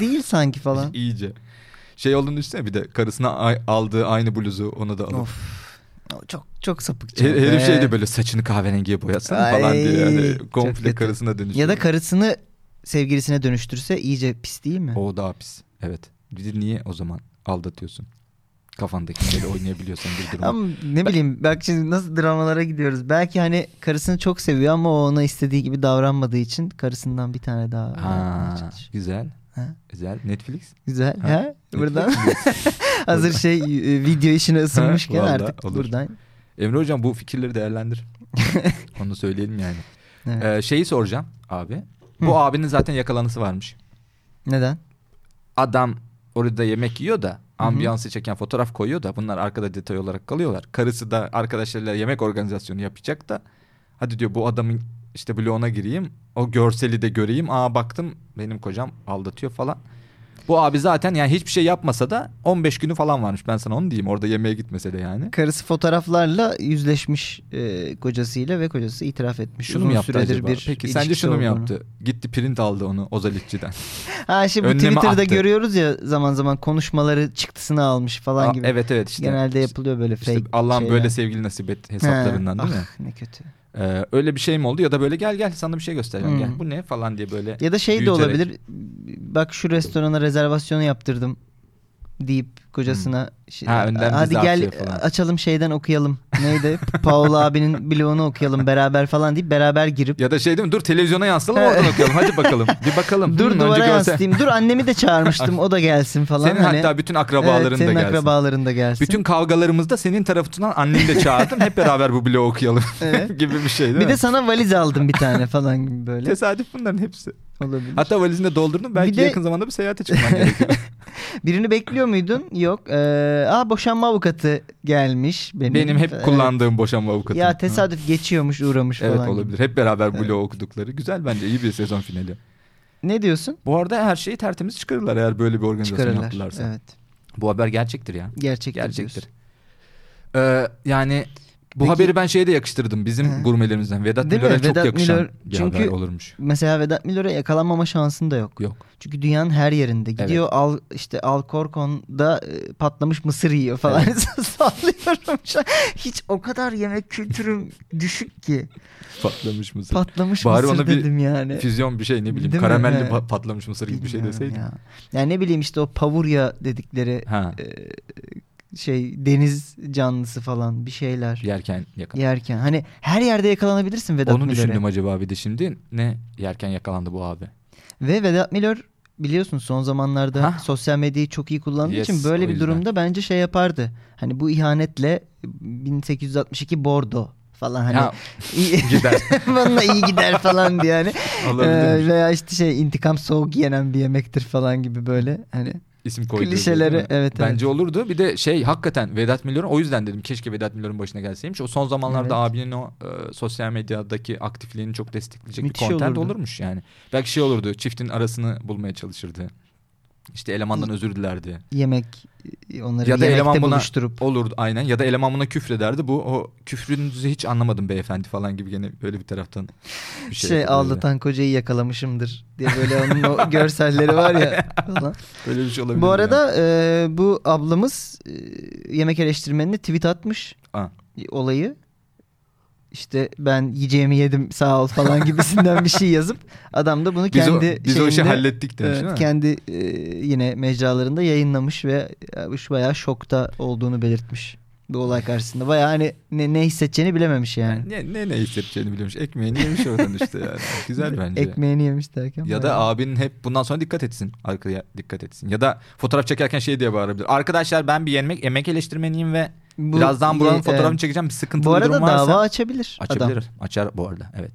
[SPEAKER 1] değil sanki falan.
[SPEAKER 2] İyice. Şey olduğunu düşünsene bir de karısına ay- aldığı aynı bluzu ona da alıp.
[SPEAKER 1] of. O Çok çok sapıkça.
[SPEAKER 2] Her- Herif
[SPEAKER 1] Ee,
[SPEAKER 2] şey diyor böyle saçını kahverengiye boyatsana falan
[SPEAKER 1] Ay,
[SPEAKER 2] diyor yani.
[SPEAKER 1] çok
[SPEAKER 2] Komple
[SPEAKER 1] kötü.
[SPEAKER 2] karısına dönüşüyor.
[SPEAKER 1] Ya da karısını sevgilisine dönüştürse iyice pis değil mi?
[SPEAKER 2] O daha pis. Evet. Bir niye o zaman aldatıyorsun? Kafandakileri oynayabiliyorsan bir durum.
[SPEAKER 1] Ama ne bileyim bak şimdi nasıl dramalara gidiyoruz. Belki hani karısını çok seviyor ama o ona istediği gibi davranmadığı için karısından bir tane daha.
[SPEAKER 2] Ha,
[SPEAKER 1] almaya çalışıyor.
[SPEAKER 2] güzel.
[SPEAKER 1] Ha.
[SPEAKER 2] Güzel. Netflix.
[SPEAKER 1] Güzel.
[SPEAKER 2] Ha.
[SPEAKER 1] Ha? Buradan
[SPEAKER 2] Netflix mi?
[SPEAKER 1] hazır şey e, video işine ısınmışken
[SPEAKER 2] Vallahi
[SPEAKER 1] artık
[SPEAKER 2] olur.
[SPEAKER 1] buradan.
[SPEAKER 2] Emre hocam bu fikirleri değerlendir. Onu söyleyelim yani.
[SPEAKER 1] Evet.
[SPEAKER 2] Ee, şeyi soracağım abi. Bu
[SPEAKER 1] Hı.
[SPEAKER 2] abinin zaten yakalanısı varmış.
[SPEAKER 1] Neden?
[SPEAKER 2] Adam orada yemek yiyor da ambiyansı çeken fotoğraf koyuyor da bunlar arkada detay olarak kalıyorlar. Karısı da arkadaşlarıyla yemek organizasyonu yapacak da hadi diyor bu adamın işte bloğuna gireyim o görseli de göreyim. Aa baktım benim kocam aldatıyor falan. Bu abi zaten yani hiçbir şey yapmasa da 15 günü falan varmış ben sana onu diyeyim orada yemeğe gitmese de yani.
[SPEAKER 1] Karısı fotoğraflarla yüzleşmiş e, kocasıyla ve kocası itiraf etmiş.
[SPEAKER 2] Şunu
[SPEAKER 1] Uzun
[SPEAKER 2] mu yaptı
[SPEAKER 1] süredir
[SPEAKER 2] acaba?
[SPEAKER 1] bir
[SPEAKER 2] Peki sence
[SPEAKER 1] ilişkisi
[SPEAKER 2] şunu mu
[SPEAKER 1] olduğunu.
[SPEAKER 2] yaptı? Gitti print aldı onu Ozalitçi'den.
[SPEAKER 1] Ha şimdi bu
[SPEAKER 2] Önlemi
[SPEAKER 1] Twitter'da
[SPEAKER 2] attı.
[SPEAKER 1] görüyoruz ya zaman zaman konuşmaları çıktısını almış falan
[SPEAKER 2] Aa,
[SPEAKER 1] gibi.
[SPEAKER 2] evet evet işte.
[SPEAKER 1] Genelde yapılıyor böyle fake
[SPEAKER 2] İşte Allah'ım
[SPEAKER 1] şeyler.
[SPEAKER 2] böyle sevgili nasip et hesaplarından
[SPEAKER 1] Ha,
[SPEAKER 2] değil mi?
[SPEAKER 1] ah, ne kötü.
[SPEAKER 2] Ee, öyle bir şey mi oldu ya da böyle gel gel sana bir şey göstereceğim
[SPEAKER 1] Hmm.
[SPEAKER 2] gel bu ne falan diye böyle.
[SPEAKER 1] Ya da şey
[SPEAKER 2] büyüterek.
[SPEAKER 1] de olabilir. Bak şu restorana rezervasyonu yaptırdım deyip kocasına şey-
[SPEAKER 2] Hmm. Ha, önden
[SPEAKER 1] hadi
[SPEAKER 2] bizi
[SPEAKER 1] gel
[SPEAKER 2] atıyor falan."
[SPEAKER 1] açalım şeyden okuyalım. Neydi? Paola abinin bloğunu okuyalım beraber falan deyip beraber girip
[SPEAKER 2] Ya da şey değil mi dur televizyona yansıtalım oradan okuyalım hadi bakalım bir bakalım.
[SPEAKER 1] dur
[SPEAKER 2] Hmm, önce
[SPEAKER 1] duvara
[SPEAKER 2] görsel-
[SPEAKER 1] yansıtayım. Dur annemi de çağırmıştım. o da gelsin falan
[SPEAKER 2] Senin
[SPEAKER 1] hani.
[SPEAKER 2] hatta bütün akrabaların
[SPEAKER 1] Evet, senin
[SPEAKER 2] da gelsin.
[SPEAKER 1] akrabaların da gelsin.
[SPEAKER 2] Bütün kavgalarımızda senin tarafından anneni de çağırdım hep beraber bu bloğu okuyalım
[SPEAKER 1] Evet.
[SPEAKER 2] gibi bir şey değil
[SPEAKER 1] bir
[SPEAKER 2] mi?
[SPEAKER 1] de sana valiz aldım bir tane falan gibi böyle
[SPEAKER 2] Tesadüf bunların hepsi.
[SPEAKER 1] olabilir.
[SPEAKER 2] Hatta valizini de doldurdum belki
[SPEAKER 1] Bir de-
[SPEAKER 2] yakın zamanda bir seyahate çıkman gerekiyor.
[SPEAKER 1] Birini bekliyor muydun? Yok. Ee, aa boşanma avukatı gelmiş benim.
[SPEAKER 2] Benim hep
[SPEAKER 1] Evet.
[SPEAKER 2] kullandığım boşanma avukatı.
[SPEAKER 1] Ya tesadüf geçiyormuş uğramış
[SPEAKER 2] Evet
[SPEAKER 1] falan. gibi.
[SPEAKER 2] olabilir. Hep beraber bloğu okudukları. Güzel bence iyi bir sezon finali.
[SPEAKER 1] Ne diyorsun?
[SPEAKER 2] Bu arada her şeyi tertemiz çıkarırlar eğer böyle bir organizasyon
[SPEAKER 1] Çıkarırlar.
[SPEAKER 2] yaptılarsa.
[SPEAKER 1] Evet.
[SPEAKER 2] Bu haber gerçektir ya.
[SPEAKER 1] Gerçektir.
[SPEAKER 2] Gerçektir.
[SPEAKER 1] diyorsun.
[SPEAKER 2] Ee, yani bu
[SPEAKER 1] Peki-
[SPEAKER 2] haberi ben şeye de yakıştırdım. Bizim
[SPEAKER 1] He.
[SPEAKER 2] gurmelerimizden Vedat
[SPEAKER 1] Değil mi?
[SPEAKER 2] Milor'a çok
[SPEAKER 1] Vedat
[SPEAKER 2] yakışan
[SPEAKER 1] Milor-
[SPEAKER 2] bir
[SPEAKER 1] çünkü-
[SPEAKER 2] haber olurmuş.
[SPEAKER 1] Mesela Vedat Milor'a yakalanmama şansın da yok.
[SPEAKER 2] Yok.
[SPEAKER 1] Çünkü dünyanın her yerinde gidiyor al işte Alcorcon'da e, patlamış mısır yiyor falan. Sallıyorum şu an. Hiç o kadar yemek kültürüm düşük ki.
[SPEAKER 2] Patlamış mısır.
[SPEAKER 1] Patlamış
[SPEAKER 2] Bari
[SPEAKER 1] mısır
[SPEAKER 2] ona bir
[SPEAKER 1] dedim yani.
[SPEAKER 2] Füzyon bir şey ne bileyim.
[SPEAKER 1] Değil mi?
[SPEAKER 2] karamelli
[SPEAKER 1] He.
[SPEAKER 2] pa- patlamış mısır gibi bir şey
[SPEAKER 1] Bilmiyorum
[SPEAKER 2] deseydin.
[SPEAKER 1] Ya. Yani ne bileyim işte o pavurya dedikleri
[SPEAKER 2] Ha.
[SPEAKER 1] e, şey deniz canlısı falan bir şeyler
[SPEAKER 2] Yerken yakal.
[SPEAKER 1] yerken. Hani her yerde yakalanabilirsin Vedat
[SPEAKER 2] Onu
[SPEAKER 1] Milor'e.
[SPEAKER 2] düşündüm acaba bir de şimdi ne yerken yakalandı bu abi.
[SPEAKER 1] Ve Vedat Milor biliyorsun son zamanlarda
[SPEAKER 2] Hah.
[SPEAKER 1] sosyal medyayı çok iyi kullandığı
[SPEAKER 2] Yes,
[SPEAKER 1] için böyle
[SPEAKER 2] o
[SPEAKER 1] bir
[SPEAKER 2] yüzden.
[SPEAKER 1] durumda bence şey yapardı. Hani bu ihanetle 1862 Bordo falan hani
[SPEAKER 2] Ya,
[SPEAKER 1] iyi,
[SPEAKER 2] gider.
[SPEAKER 1] bununla iyi gider falan diye hani.
[SPEAKER 2] Olabilirmiş.
[SPEAKER 1] Ee, veya işte şey intikam soğuk yenen bir yemektir falan gibi böyle hani
[SPEAKER 2] isim koyduğu
[SPEAKER 1] Klişeleri,
[SPEAKER 2] değil mi?
[SPEAKER 1] evet,
[SPEAKER 2] Bence olurdu. Bir de şey hakikaten Vedat Milor'un o yüzden dedim keşke Vedat Milor'un başına gelseymiş. O son zamanlarda
[SPEAKER 1] Evet.
[SPEAKER 2] abinin o e, sosyal medyadaki aktifliğini çok destekleyecek
[SPEAKER 1] Müthiş
[SPEAKER 2] bir content
[SPEAKER 1] olurdu.
[SPEAKER 2] olurmuş yani. Belki şey olurdu. Çiftin arasını bulmaya çalışırdı. İşte elemandan özür dilerdi.
[SPEAKER 1] yemek e, onları
[SPEAKER 2] Ya da
[SPEAKER 1] yemekte
[SPEAKER 2] eleman buna-
[SPEAKER 1] buluşturup
[SPEAKER 2] Olurdu aynen. Ya da eleman buna küfrederdi. Bu o küfrünüzü hiç anlamadım beyefendi falan gibi gene böyle bir taraftan bir
[SPEAKER 1] şey,
[SPEAKER 2] şey. yapılırdı.
[SPEAKER 1] aldatan kocayı yakalamışımdır diye böyle onun o görselleri var ya falan.
[SPEAKER 2] Böyle bir şey olabilir.
[SPEAKER 1] Bu arada e, bu ablamız e, yemek eleştirmenine tweet atmış
[SPEAKER 2] Ha.
[SPEAKER 1] olayı. işte ben yiyeceğimi yedim sağ ol falan gibisinden bir şey yazıp adam da bunu
[SPEAKER 2] Biz,
[SPEAKER 1] kendi
[SPEAKER 2] o, biz o işi
[SPEAKER 1] şeyinde-
[SPEAKER 2] hallettik demiş
[SPEAKER 1] Evet,
[SPEAKER 2] değil mi?
[SPEAKER 1] kendi e, yine mecralarında yayınlamış ve e, şu bayağı şokta olduğunu belirtmiş bu olay karşısında. Bayağı hani ne, ne hissedeceğini bilememiş yani.
[SPEAKER 2] Ne, ne ne hissedeceğini biliyormuş. Ekmeğini yemiş oradan işte yani. Güzel bence.
[SPEAKER 1] Ekmeğini yemiş derken.
[SPEAKER 2] Ya
[SPEAKER 1] bayağı-
[SPEAKER 2] da abinin hep bundan sonra dikkat etsin. Arkaya dikkat etsin. Ya da fotoğraf çekerken şey diye bağırabilir. Arkadaşlar ben bir yemek, yemek eleştirmeniyim ve
[SPEAKER 1] Bu-
[SPEAKER 2] birazdan buranın
[SPEAKER 1] e,
[SPEAKER 2] fotoğrafını
[SPEAKER 1] evet.
[SPEAKER 2] çekeceğim. Bir sıkıntılı
[SPEAKER 1] Bu
[SPEAKER 2] bir
[SPEAKER 1] arada
[SPEAKER 2] durum varsa
[SPEAKER 1] dava açabilir
[SPEAKER 2] açabilir.
[SPEAKER 1] adam.
[SPEAKER 2] Açar bu arada evet.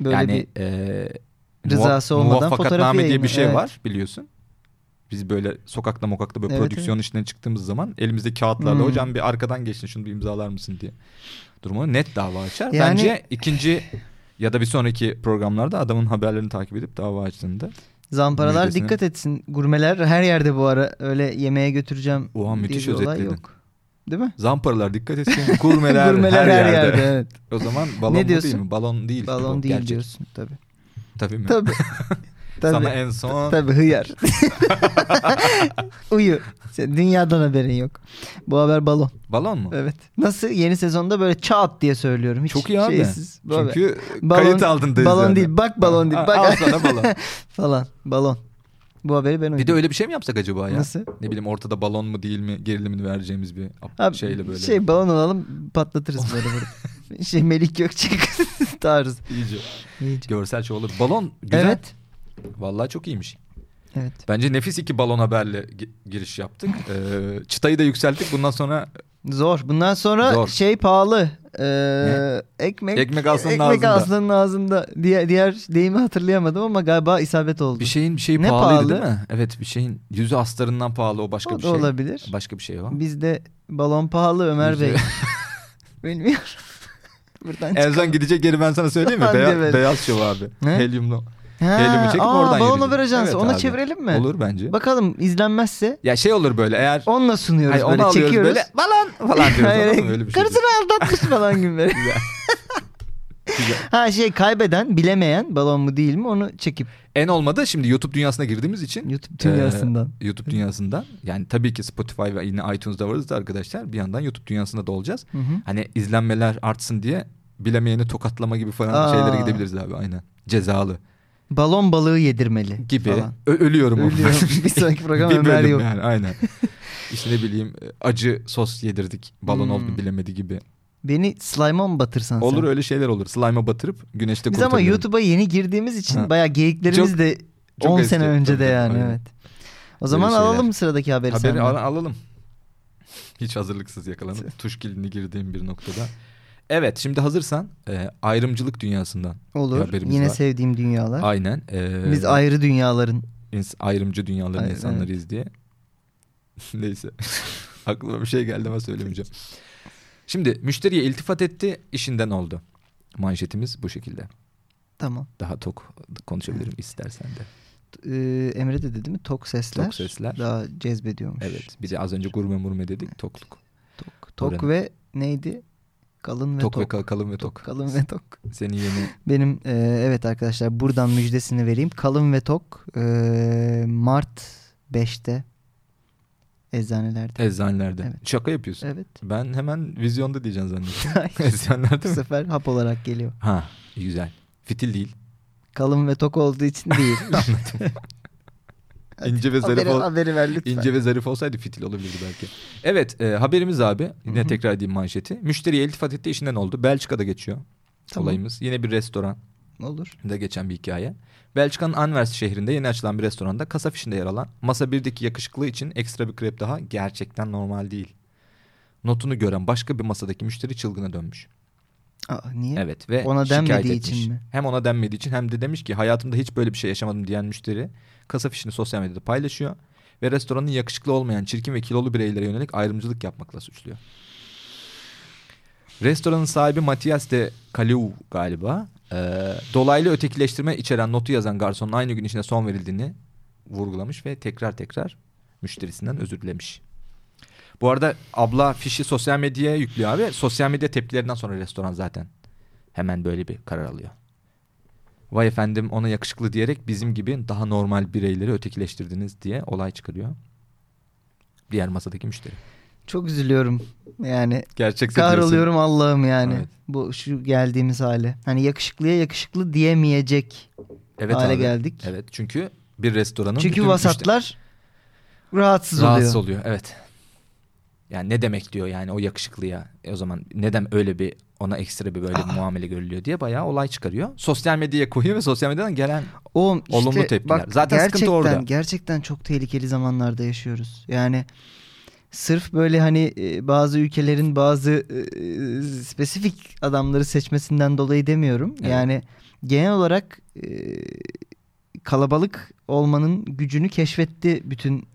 [SPEAKER 1] Böyle
[SPEAKER 2] yani
[SPEAKER 1] bir
[SPEAKER 2] e, muva-
[SPEAKER 1] rızası olmadan fotoğrafı
[SPEAKER 2] muvaffakatname diye bir
[SPEAKER 1] yayınlıyor.
[SPEAKER 2] şey
[SPEAKER 1] Evet.
[SPEAKER 2] var biliyorsun. Biz böyle sokakta mokakta böyle
[SPEAKER 1] Evet,
[SPEAKER 2] prodüksiyon işine çıktığımız zaman elimizde kağıtlarla
[SPEAKER 1] Hmm.
[SPEAKER 2] hocam bir arkadan geçin şunu bir imzalar mısın diye. Durumu net dava açar.
[SPEAKER 1] Yani-
[SPEAKER 2] Bence ikinci ya da bir sonraki programlarda adamın haberlerini takip edip dava açtığında
[SPEAKER 1] Zamparalar
[SPEAKER 2] Midesine.
[SPEAKER 1] dikkat etsin. Gurmeler her yerde bu ara öyle yemeğe götüreceğim
[SPEAKER 2] Oha,
[SPEAKER 1] diye
[SPEAKER 2] müthiş
[SPEAKER 1] bir olay
[SPEAKER 2] özetledin.
[SPEAKER 1] yok. Değil mi?
[SPEAKER 2] Zamparalar dikkat etsin. Gurmeler,
[SPEAKER 1] Gurmeler
[SPEAKER 2] her, yerde.
[SPEAKER 1] evet.
[SPEAKER 2] O zaman balon
[SPEAKER 1] Ne
[SPEAKER 2] bu değil
[SPEAKER 1] diyorsun?
[SPEAKER 2] mi? Balon değil.
[SPEAKER 1] Balon
[SPEAKER 2] bu,
[SPEAKER 1] değil
[SPEAKER 2] gerçek.
[SPEAKER 1] diyorsun tabii.
[SPEAKER 2] Tabii mi?
[SPEAKER 1] Tabii.
[SPEAKER 2] Sana
[SPEAKER 1] tabii.
[SPEAKER 2] en son
[SPEAKER 1] Tabii hıyar. Uyu. Sen- Dünyadan haberin yok. Bu haber balon.
[SPEAKER 2] balon mu?
[SPEAKER 1] Evet. Nasıl yeni sezonda böyle çat diye söylüyorum. Hiç
[SPEAKER 2] Çok iyi abi.
[SPEAKER 1] şeysiz. Bu haber.
[SPEAKER 2] Çünkü
[SPEAKER 1] Balon-
[SPEAKER 2] kayıt altındayız.
[SPEAKER 1] balon
[SPEAKER 2] yani.
[SPEAKER 1] değil. Bak balon değil.
[SPEAKER 2] Al-
[SPEAKER 1] Bak.
[SPEAKER 2] Al sana balon.
[SPEAKER 1] falan. Balon. Bu haberi ben
[SPEAKER 2] Bir de
[SPEAKER 1] uydurdum.
[SPEAKER 2] öyle bir şey mi yapsak acaba ya?
[SPEAKER 1] Nasıl?
[SPEAKER 2] Ne bileyim ortada balon mu değil mi gerilimini vereceğimiz bir ap-
[SPEAKER 1] Abi,
[SPEAKER 2] şeyle böyle.
[SPEAKER 1] Şey balon alalım patlatırız böyle burada. şey Melik Gökçek tarzı.
[SPEAKER 2] İyice.
[SPEAKER 1] İyice.
[SPEAKER 2] Görsel şey olur. Balon güzel.
[SPEAKER 1] Evet.
[SPEAKER 2] Vallahi çok iyiymiş.
[SPEAKER 1] Evet.
[SPEAKER 2] Bence nefis iki balon haberle gi- giriş yaptık. Ee, çıtayı da yükselttik. Bundan sonra
[SPEAKER 1] Zor. Bundan sonra
[SPEAKER 2] Zor.
[SPEAKER 1] şey pahalı. Ee, ekmek
[SPEAKER 2] Ekmek aslanın
[SPEAKER 1] ekmek
[SPEAKER 2] ağzında.
[SPEAKER 1] aslanın ağzında. Diğer, diğer deyimi hatırlayamadım ama galiba isabet oldu.
[SPEAKER 2] bir şey şeyin bir şeyi
[SPEAKER 1] Ne
[SPEAKER 2] pahalıydı
[SPEAKER 1] pahalı?
[SPEAKER 2] değil mi? Evet bir şeyin yüzü astarından pahalı o başka
[SPEAKER 1] o
[SPEAKER 2] bir
[SPEAKER 1] da
[SPEAKER 2] şey.
[SPEAKER 1] olabilir.
[SPEAKER 2] Başka bir şey o.
[SPEAKER 1] Bizde balon pahalı Ömer Bey. Bilmiyorum. Buradan
[SPEAKER 2] en son gidecek geri ben sana söyleyeyim mi?
[SPEAKER 1] Aman
[SPEAKER 2] Beyaz,
[SPEAKER 1] demedim.
[SPEAKER 2] beyaz şov abi.
[SPEAKER 1] Ne?
[SPEAKER 2] Helyumlu.
[SPEAKER 1] Ha,
[SPEAKER 2] helyumu çekip
[SPEAKER 1] aa,
[SPEAKER 2] oradan
[SPEAKER 1] Balon
[SPEAKER 2] yürüyeceğiz.
[SPEAKER 1] haber ajansı.
[SPEAKER 2] Evet
[SPEAKER 1] Ona
[SPEAKER 2] abi.
[SPEAKER 1] çevirelim mi?
[SPEAKER 2] Olur bence.
[SPEAKER 1] Bakalım izlenmezse
[SPEAKER 2] Ya şey olur böyle eğer
[SPEAKER 1] onunla sunuyoruz
[SPEAKER 2] Hayır, onu
[SPEAKER 1] böyle
[SPEAKER 2] alıyoruz
[SPEAKER 1] çekiyoruz.
[SPEAKER 2] böyle balon falan diyoruz.
[SPEAKER 1] Hayır,
[SPEAKER 2] anladın mı? Öyle bir şey.
[SPEAKER 1] Karısını aldatmış falan gibi. böyle.
[SPEAKER 2] Güzel. Güzel.
[SPEAKER 1] ha şey kaybeden bilemeyen balon mu değil mi onu çekip
[SPEAKER 2] En olmadı şimdi YouTube dünyasına girdiğimiz için
[SPEAKER 1] YouTube dünyasından.
[SPEAKER 2] e, YouTube dünyasından yani tabii ki Spotify ve yine iTunes'da varız da arkadaşlar bir yandan YouTube dünyasında da olacağız.
[SPEAKER 1] Hı hı.
[SPEAKER 2] Hani izlenmeler artsın diye bilemeyeni tokatlama gibi falan
[SPEAKER 1] Aa.
[SPEAKER 2] şeylere gidebiliriz abi aynen. Cezalı
[SPEAKER 1] Balon balığı yedirmeli
[SPEAKER 2] gibi.
[SPEAKER 1] falan.
[SPEAKER 2] Ö- ölüyorum. ama.
[SPEAKER 1] Ölüyorum. Bir sonraki program
[SPEAKER 2] Bir
[SPEAKER 1] Ömer
[SPEAKER 2] bölüm
[SPEAKER 1] yok.
[SPEAKER 2] Yani, aynen. işte ne bileyim e, acı sos yedirdik. Balon
[SPEAKER 1] Hmm.
[SPEAKER 2] oldu bilemedi gibi.
[SPEAKER 1] Beni slime'a mı batırsan sen?
[SPEAKER 2] Olur öyle şeyler olur. Slime'a batırıp güneşte
[SPEAKER 1] Biz ama
[SPEAKER 2] kurtarıyorum.
[SPEAKER 1] YouTube'a yeni girdiğimiz için
[SPEAKER 2] Ha.
[SPEAKER 1] bayağı geyiklerimiz
[SPEAKER 2] Çok-
[SPEAKER 1] de
[SPEAKER 2] çok
[SPEAKER 1] 10
[SPEAKER 2] eski.
[SPEAKER 1] sene
[SPEAKER 2] Tabii,
[SPEAKER 1] önce de
[SPEAKER 2] tabii,
[SPEAKER 1] yani
[SPEAKER 2] aynen.
[SPEAKER 1] evet. O zaman
[SPEAKER 2] şeyler.
[SPEAKER 1] alalım sıradaki haberi,
[SPEAKER 2] Haberi
[SPEAKER 1] senden.
[SPEAKER 2] al- alalım. Hiç hazırlıksız yakalanıp tuş kilini girdiğim bir noktada. Evet şimdi hazırsan e, ayrımcılık dünyasından.
[SPEAKER 1] Olur.
[SPEAKER 2] haberimiz
[SPEAKER 1] Yine
[SPEAKER 2] var.
[SPEAKER 1] sevdiğim dünyalar.
[SPEAKER 2] Aynen. e,
[SPEAKER 1] Biz ayrı dünyaların.
[SPEAKER 2] ins- ayrımcı dünyaların
[SPEAKER 1] Ay-
[SPEAKER 2] insanlarıyız diye. Neyse. Aklıma bir şey geldi ama söylemeyeceğim. Şimdi müşteriye iltifat etti işinden oldu. Manşetimiz bu şekilde.
[SPEAKER 1] Tamam.
[SPEAKER 2] Daha tok konuşabilirim istersen de.
[SPEAKER 1] Ee, Emre de dedi mi? Tok sesler.
[SPEAKER 2] Tok sesler.
[SPEAKER 1] Daha cezbediyormuş.
[SPEAKER 2] Evet. Bize az önce gurme murme dedik. Tokluk.
[SPEAKER 1] Tok. Tok
[SPEAKER 2] Oranın.
[SPEAKER 1] ve neydi? Kalın ve
[SPEAKER 2] Tok,
[SPEAKER 1] tok.
[SPEAKER 2] ve kal- kalın ve tok.
[SPEAKER 1] Kalın ve tok.
[SPEAKER 2] Senin yeni
[SPEAKER 1] Benim e, evet arkadaşlar buradan müjdesini vereyim. Kalın ve tok e, Mart 5'te eczanelerde.
[SPEAKER 2] eczanelerde.
[SPEAKER 1] Evet.
[SPEAKER 2] Şaka yapıyorsun.
[SPEAKER 1] Evet.
[SPEAKER 2] Ben hemen vizyonda diyeceksin zannettim. Eczanelerde
[SPEAKER 1] Bu
[SPEAKER 2] mi?
[SPEAKER 1] sefer hap olarak geliyor.
[SPEAKER 2] Ha güzel. Fitil değil.
[SPEAKER 1] Kalın ve tok olduğu için değil. Hadi,
[SPEAKER 2] İnce ve zarif
[SPEAKER 1] haberi,
[SPEAKER 2] ol-
[SPEAKER 1] haberi ver lütfen.
[SPEAKER 2] İnce ve zarif olsaydı fitil olabilirdi belki. Evet e, haberimiz abi. Yine
[SPEAKER 1] Hı hı.
[SPEAKER 2] tekrar edeyim manşeti. Müşteriye iltifat ettiği işinden oldu. Belçika'da geçiyor
[SPEAKER 1] Tamam,
[SPEAKER 2] olayımız. Yine bir restoranda
[SPEAKER 1] Olur.
[SPEAKER 2] geçen bir hikaye. Belçika'nın Anvers şehrinde yeni açılan bir restoranda kasa fişinde yer alan masa birdeki yakışıklığı için ekstra bir krep daha gerçekten normal değil. Notunu gören başka bir masadaki müşteri çılgına dönmüş.
[SPEAKER 1] Aa, niye?
[SPEAKER 2] Evet ve
[SPEAKER 1] Ona
[SPEAKER 2] şikayet
[SPEAKER 1] denmediği
[SPEAKER 2] etmiş.
[SPEAKER 1] için mi?
[SPEAKER 2] Hem ona denmediği için hem de demiş ki hayatımda hiç böyle bir şey yaşamadım diyen müşteri kasa fişini sosyal medyada paylaşıyor ve restoranın yakışıklı olmayan çirkin ve kilolu bireylere yönelik ayrımcılık yapmakla suçluyor. Restoranın sahibi Matias de Caleu galiba e, dolaylı ötekileştirme içeren notu yazan garsonun aynı gün içinde son verildiğini vurgulamış ve tekrar tekrar müşterisinden özür dilemiş. Bu arada abla fişi sosyal medyaya yüklüyor abi. Sosyal medya tepkilerinden sonra restoran zaten hemen böyle bir karar alıyor. Vay efendim ona yakışıklı diyerek bizim gibi daha normal bireyleri ötekileştirdiniz diye olay çıkarıyor. Diğer masadaki müşteri.
[SPEAKER 1] Çok üzülüyorum. Yani
[SPEAKER 2] Gerçekte diyorsun.
[SPEAKER 1] kahroluyorum Allah'ım yani.
[SPEAKER 2] Evet.
[SPEAKER 1] Bu şu geldiğimiz hale. Hani yakışıklıya yakışıklı diyemeyecek
[SPEAKER 2] Evet
[SPEAKER 1] hale
[SPEAKER 2] abi.
[SPEAKER 1] geldik.
[SPEAKER 2] Evet çünkü bir restoranın bütün
[SPEAKER 1] Çünkü
[SPEAKER 2] işte
[SPEAKER 1] vasatlar rahatsız,
[SPEAKER 2] rahatsız
[SPEAKER 1] oluyor.
[SPEAKER 2] oluyor. Evet. Yani ne demek diyor yani o yakışıklıya E o zaman neden öyle bir ona ekstra bir böyle bir muamele görülüyor diye bayağı olay çıkarıyor. Sosyal medyaya koyuyor ve sosyal medyadan gelen
[SPEAKER 1] Oğlum işte
[SPEAKER 2] Olumlu tepkiler.
[SPEAKER 1] bak
[SPEAKER 2] Zaten sıkıntı
[SPEAKER 1] gerçekten,
[SPEAKER 2] orada.
[SPEAKER 1] Gerçekten çok tehlikeli zamanlarda yaşıyoruz. Yani sırf böyle hani e, bazı ülkelerin bazı e, spesifik adamları seçmesinden dolayı demiyorum.
[SPEAKER 2] Evet.
[SPEAKER 1] Yani genel olarak e, kalabalık olmanın gücünü keşfetti bütün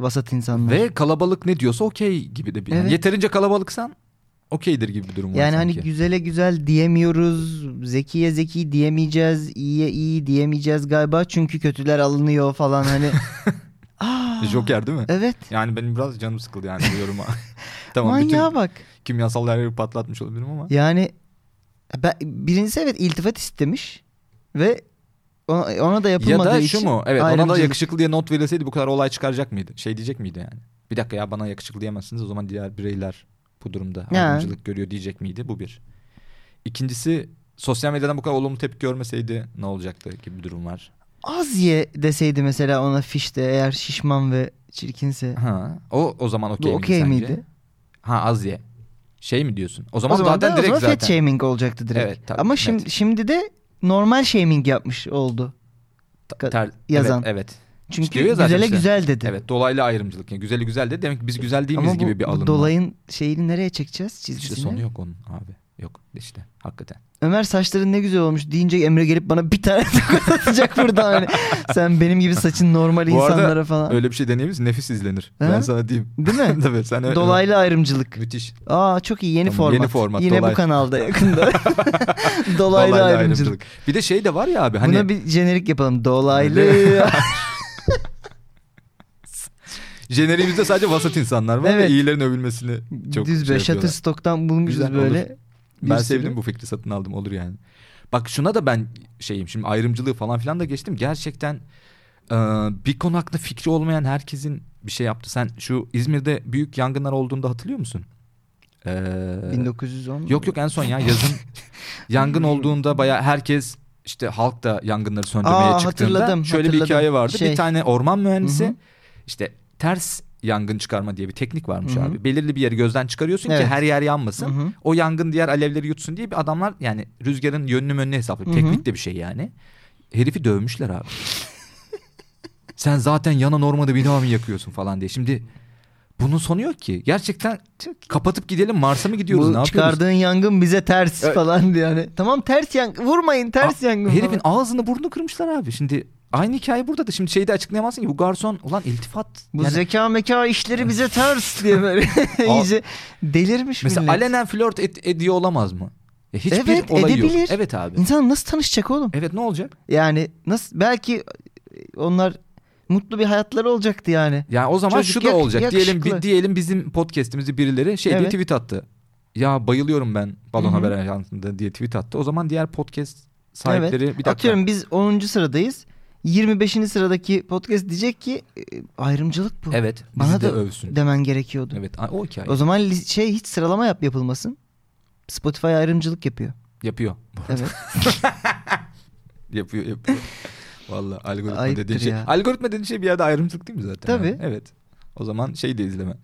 [SPEAKER 1] vasat insanlar.
[SPEAKER 2] ve kalabalık ne diyorsa okey gibi de bir. yani
[SPEAKER 1] Evet.
[SPEAKER 2] yeterince kalabalıksan okeydir gibi bir durum var
[SPEAKER 1] yani hani
[SPEAKER 2] sanki.
[SPEAKER 1] güzele güzel diyemiyoruz, zekiye zeki diyemeyeceğiz, iyiye iyi diyemeyeceğiz galiba çünkü kötüler alınıyor falan hani. Aa,
[SPEAKER 2] Joker değil mi?
[SPEAKER 1] Evet.
[SPEAKER 2] Yani benim biraz canım sıkıldı yani bu yoruma. tamam
[SPEAKER 1] Manyağa
[SPEAKER 2] bütün
[SPEAKER 1] bak.
[SPEAKER 2] kimyasal değerleri patlatmış olabilirim ama.
[SPEAKER 1] Yani ben, birincisi evet iltifat istemiş ve ona, ona da
[SPEAKER 2] Ya
[SPEAKER 1] yapılmadığı
[SPEAKER 2] da
[SPEAKER 1] için.
[SPEAKER 2] şu mu? Evet ona da
[SPEAKER 1] ayrımcılık.
[SPEAKER 2] yakışıklı diye not verilseydi bu kadar olay çıkaracak mıydı? Şey diyecek miydi yani? Bir dakika ya bana yakışıklı diyemezsiniz o zaman diğer bireyler bu durumda
[SPEAKER 1] Yani.
[SPEAKER 2] ayrımcılık görüyor diyecek miydi? Bu bir. İkincisi sosyal medyadan bu kadar olumlu tepki görmeseydi ne olacaktı gibi bir durum var.
[SPEAKER 1] Az ye deseydi mesela ona fişte eğer şişman ve çirkinse.
[SPEAKER 2] Ha, o o zaman okey
[SPEAKER 1] Bu
[SPEAKER 2] miydi
[SPEAKER 1] okey
[SPEAKER 2] sence?
[SPEAKER 1] miydi?
[SPEAKER 2] Ha az ye. Şey mi diyorsun? O zaman,
[SPEAKER 1] O zaman,
[SPEAKER 2] zaten
[SPEAKER 1] da, o
[SPEAKER 2] direkt
[SPEAKER 1] zaman
[SPEAKER 2] zaten.
[SPEAKER 1] fat shaming olacaktı direkt.
[SPEAKER 2] Evet, tabii,
[SPEAKER 1] Ama
[SPEAKER 2] net.
[SPEAKER 1] şimdi, şimdi de normal shaming yapmış oldu.
[SPEAKER 2] Ta- ter-
[SPEAKER 1] yazan.
[SPEAKER 2] Evet, evet.
[SPEAKER 1] Çünkü
[SPEAKER 2] İşte diyor ya zaten
[SPEAKER 1] güzele
[SPEAKER 2] işte.
[SPEAKER 1] güzel dedi.
[SPEAKER 2] Evet dolaylı ayrımcılık. Yani güzeli güzel de demek ki biz güzel değiliz
[SPEAKER 1] Ama bu,
[SPEAKER 2] gibi bir
[SPEAKER 1] bu
[SPEAKER 2] alınma.
[SPEAKER 1] dolayın şeyini nereye çekeceğiz çizgisini?
[SPEAKER 2] İşte sonu yok onun abi. Yok işte hakikaten.
[SPEAKER 1] Ömer saçların ne güzel olmuş deyince Emre gelip bana bir tane tokat atacak buradan. Hani sen benim gibi saçın normal
[SPEAKER 2] Bu arada
[SPEAKER 1] insanlara falan.
[SPEAKER 2] Öyle bir şey deneyebiliriz. Nefis izlenir.
[SPEAKER 1] He?
[SPEAKER 2] Ben sana diyeyim.
[SPEAKER 1] Değil mi?
[SPEAKER 2] Tabii sen öyle-
[SPEAKER 1] Dolaylı ayrımcılık.
[SPEAKER 2] Müthiş.
[SPEAKER 1] Aa çok iyi yeni
[SPEAKER 2] Tamam,
[SPEAKER 1] format.
[SPEAKER 2] yeni format,
[SPEAKER 1] Yine
[SPEAKER 2] dolay-
[SPEAKER 1] bu kanalda yakında. dolaylı, ayrımcılık.
[SPEAKER 2] Bir de şey de var ya abi hani
[SPEAKER 1] Buna bir jenerik yapalım. Dolaylı.
[SPEAKER 2] Öyle. jeneriğimizde sadece vasat insanlar var ve
[SPEAKER 1] Evet.
[SPEAKER 2] iyilerin övülmesini çok
[SPEAKER 1] Düz
[SPEAKER 2] şey
[SPEAKER 1] be.
[SPEAKER 2] yapıyorlar.
[SPEAKER 1] Shutterstock'tan bulmuşuz
[SPEAKER 2] Güzel,
[SPEAKER 1] böyle.
[SPEAKER 2] olur. Ben
[SPEAKER 1] Bir sürü-
[SPEAKER 2] sevdim bu fikri satın aldım olur yani. Bak şuna da ben şeyim şimdi ayrımcılığı falan filan da geçtim. Gerçekten e, bir konu hakkında fikri olmayan herkesin bir şey yaptı. Sen şu İzmir'de büyük yangınlar olduğunda hatırlıyor musun? Ee,
[SPEAKER 1] 1910.
[SPEAKER 2] Yok yok en son ya yazın yangın
[SPEAKER 1] Hmm.
[SPEAKER 2] olduğunda baya herkes işte halk da yangınları söndürmeye
[SPEAKER 1] Aa,
[SPEAKER 2] çıktığında
[SPEAKER 1] hatırladım,
[SPEAKER 2] şöyle bir
[SPEAKER 1] hatırladım.
[SPEAKER 2] hikaye vardı.
[SPEAKER 1] Şey.
[SPEAKER 2] Bir tane orman mühendisi
[SPEAKER 1] Hı hı.
[SPEAKER 2] işte ters yangın çıkarma diye bir teknik varmış
[SPEAKER 1] Hı hı.
[SPEAKER 2] abi. Belirli bir yeri gözden çıkarıyorsun ki
[SPEAKER 1] Evet.
[SPEAKER 2] her yer yanmasın.
[SPEAKER 1] Hı hı.
[SPEAKER 2] O yangın diğer alevleri yutsun diye bir adamlar yani rüzgarın yönünü önüne hesaplıyor.
[SPEAKER 1] Hı hı.
[SPEAKER 2] Teknik de bir şey yani. Herifi dövmüşler abi. Sen zaten yanan ormanı bir daha mı yakıyorsun falan diye. Şimdi bunun sonu yok ki. Gerçekten kapatıp gidelim Mars'a mı gidiyoruz? ne
[SPEAKER 1] Bu
[SPEAKER 2] yapıyoruz?
[SPEAKER 1] çıkardığın yangın bize ters
[SPEAKER 2] Evet.
[SPEAKER 1] falan diye. Hani. Tamam ters yangın. Vurmayın ters
[SPEAKER 2] A-
[SPEAKER 1] yangın.
[SPEAKER 2] Herifin
[SPEAKER 1] falan.
[SPEAKER 2] ağzını burnunu kırmışlar abi. Şimdi aynı hikaye burada da. Şimdi şeyi de açıklayamazsın ki bu garson ulan iltifat.
[SPEAKER 1] Bu
[SPEAKER 2] yani,
[SPEAKER 1] zeka meka işleri bize ters diye böyle iyice delirmiş
[SPEAKER 2] mesela
[SPEAKER 1] millet.
[SPEAKER 2] alenen flört ed- ediyor olamaz mı? E, hiçbir
[SPEAKER 1] Evet,
[SPEAKER 2] olay yok.
[SPEAKER 1] edebilir.
[SPEAKER 2] Evet abi.
[SPEAKER 1] İnsan nasıl tanışacak oğlum?
[SPEAKER 2] Evet ne olacak?
[SPEAKER 1] Yani nasıl belki onlar mutlu bir hayatları olacaktı yani.
[SPEAKER 2] Yani o zaman
[SPEAKER 1] Çocuk
[SPEAKER 2] şu da
[SPEAKER 1] yak-
[SPEAKER 2] olacak. Diyelim bi-
[SPEAKER 1] yakışıklı.
[SPEAKER 2] diyelim bizim podcast'imizi birileri şey diye
[SPEAKER 1] Evet.
[SPEAKER 2] tweet attı. Ya bayılıyorum ben Balon
[SPEAKER 1] Hı hı.
[SPEAKER 2] Haber Ajansı'nda diye tweet attı. O zaman diğer podcast sahipleri bir dakika.
[SPEAKER 1] Atıyorum biz 10. sıradayız. 25. sıradaki podcast diyecek ki e, ayrımcılık bu.
[SPEAKER 2] Evet. Bizi
[SPEAKER 1] Bana
[SPEAKER 2] de
[SPEAKER 1] da
[SPEAKER 2] övsün.
[SPEAKER 1] demen gerekiyordu.
[SPEAKER 2] Evet a- o hikaye.
[SPEAKER 1] O zaman li- şey hiç sıralama yap yapılmasın. Spotify ayrımcılık yapıyor.
[SPEAKER 2] Yapıyor.
[SPEAKER 1] Evet.
[SPEAKER 2] yapıyor yapıyor. Valla algoritma
[SPEAKER 1] Ayıptır
[SPEAKER 2] dediğin şey.
[SPEAKER 1] ya.
[SPEAKER 2] Algoritma dediğin şey bir yerde ayrımcılık değil mi zaten?
[SPEAKER 1] Tabii.
[SPEAKER 2] Yani? Evet. O zaman şey de izleme.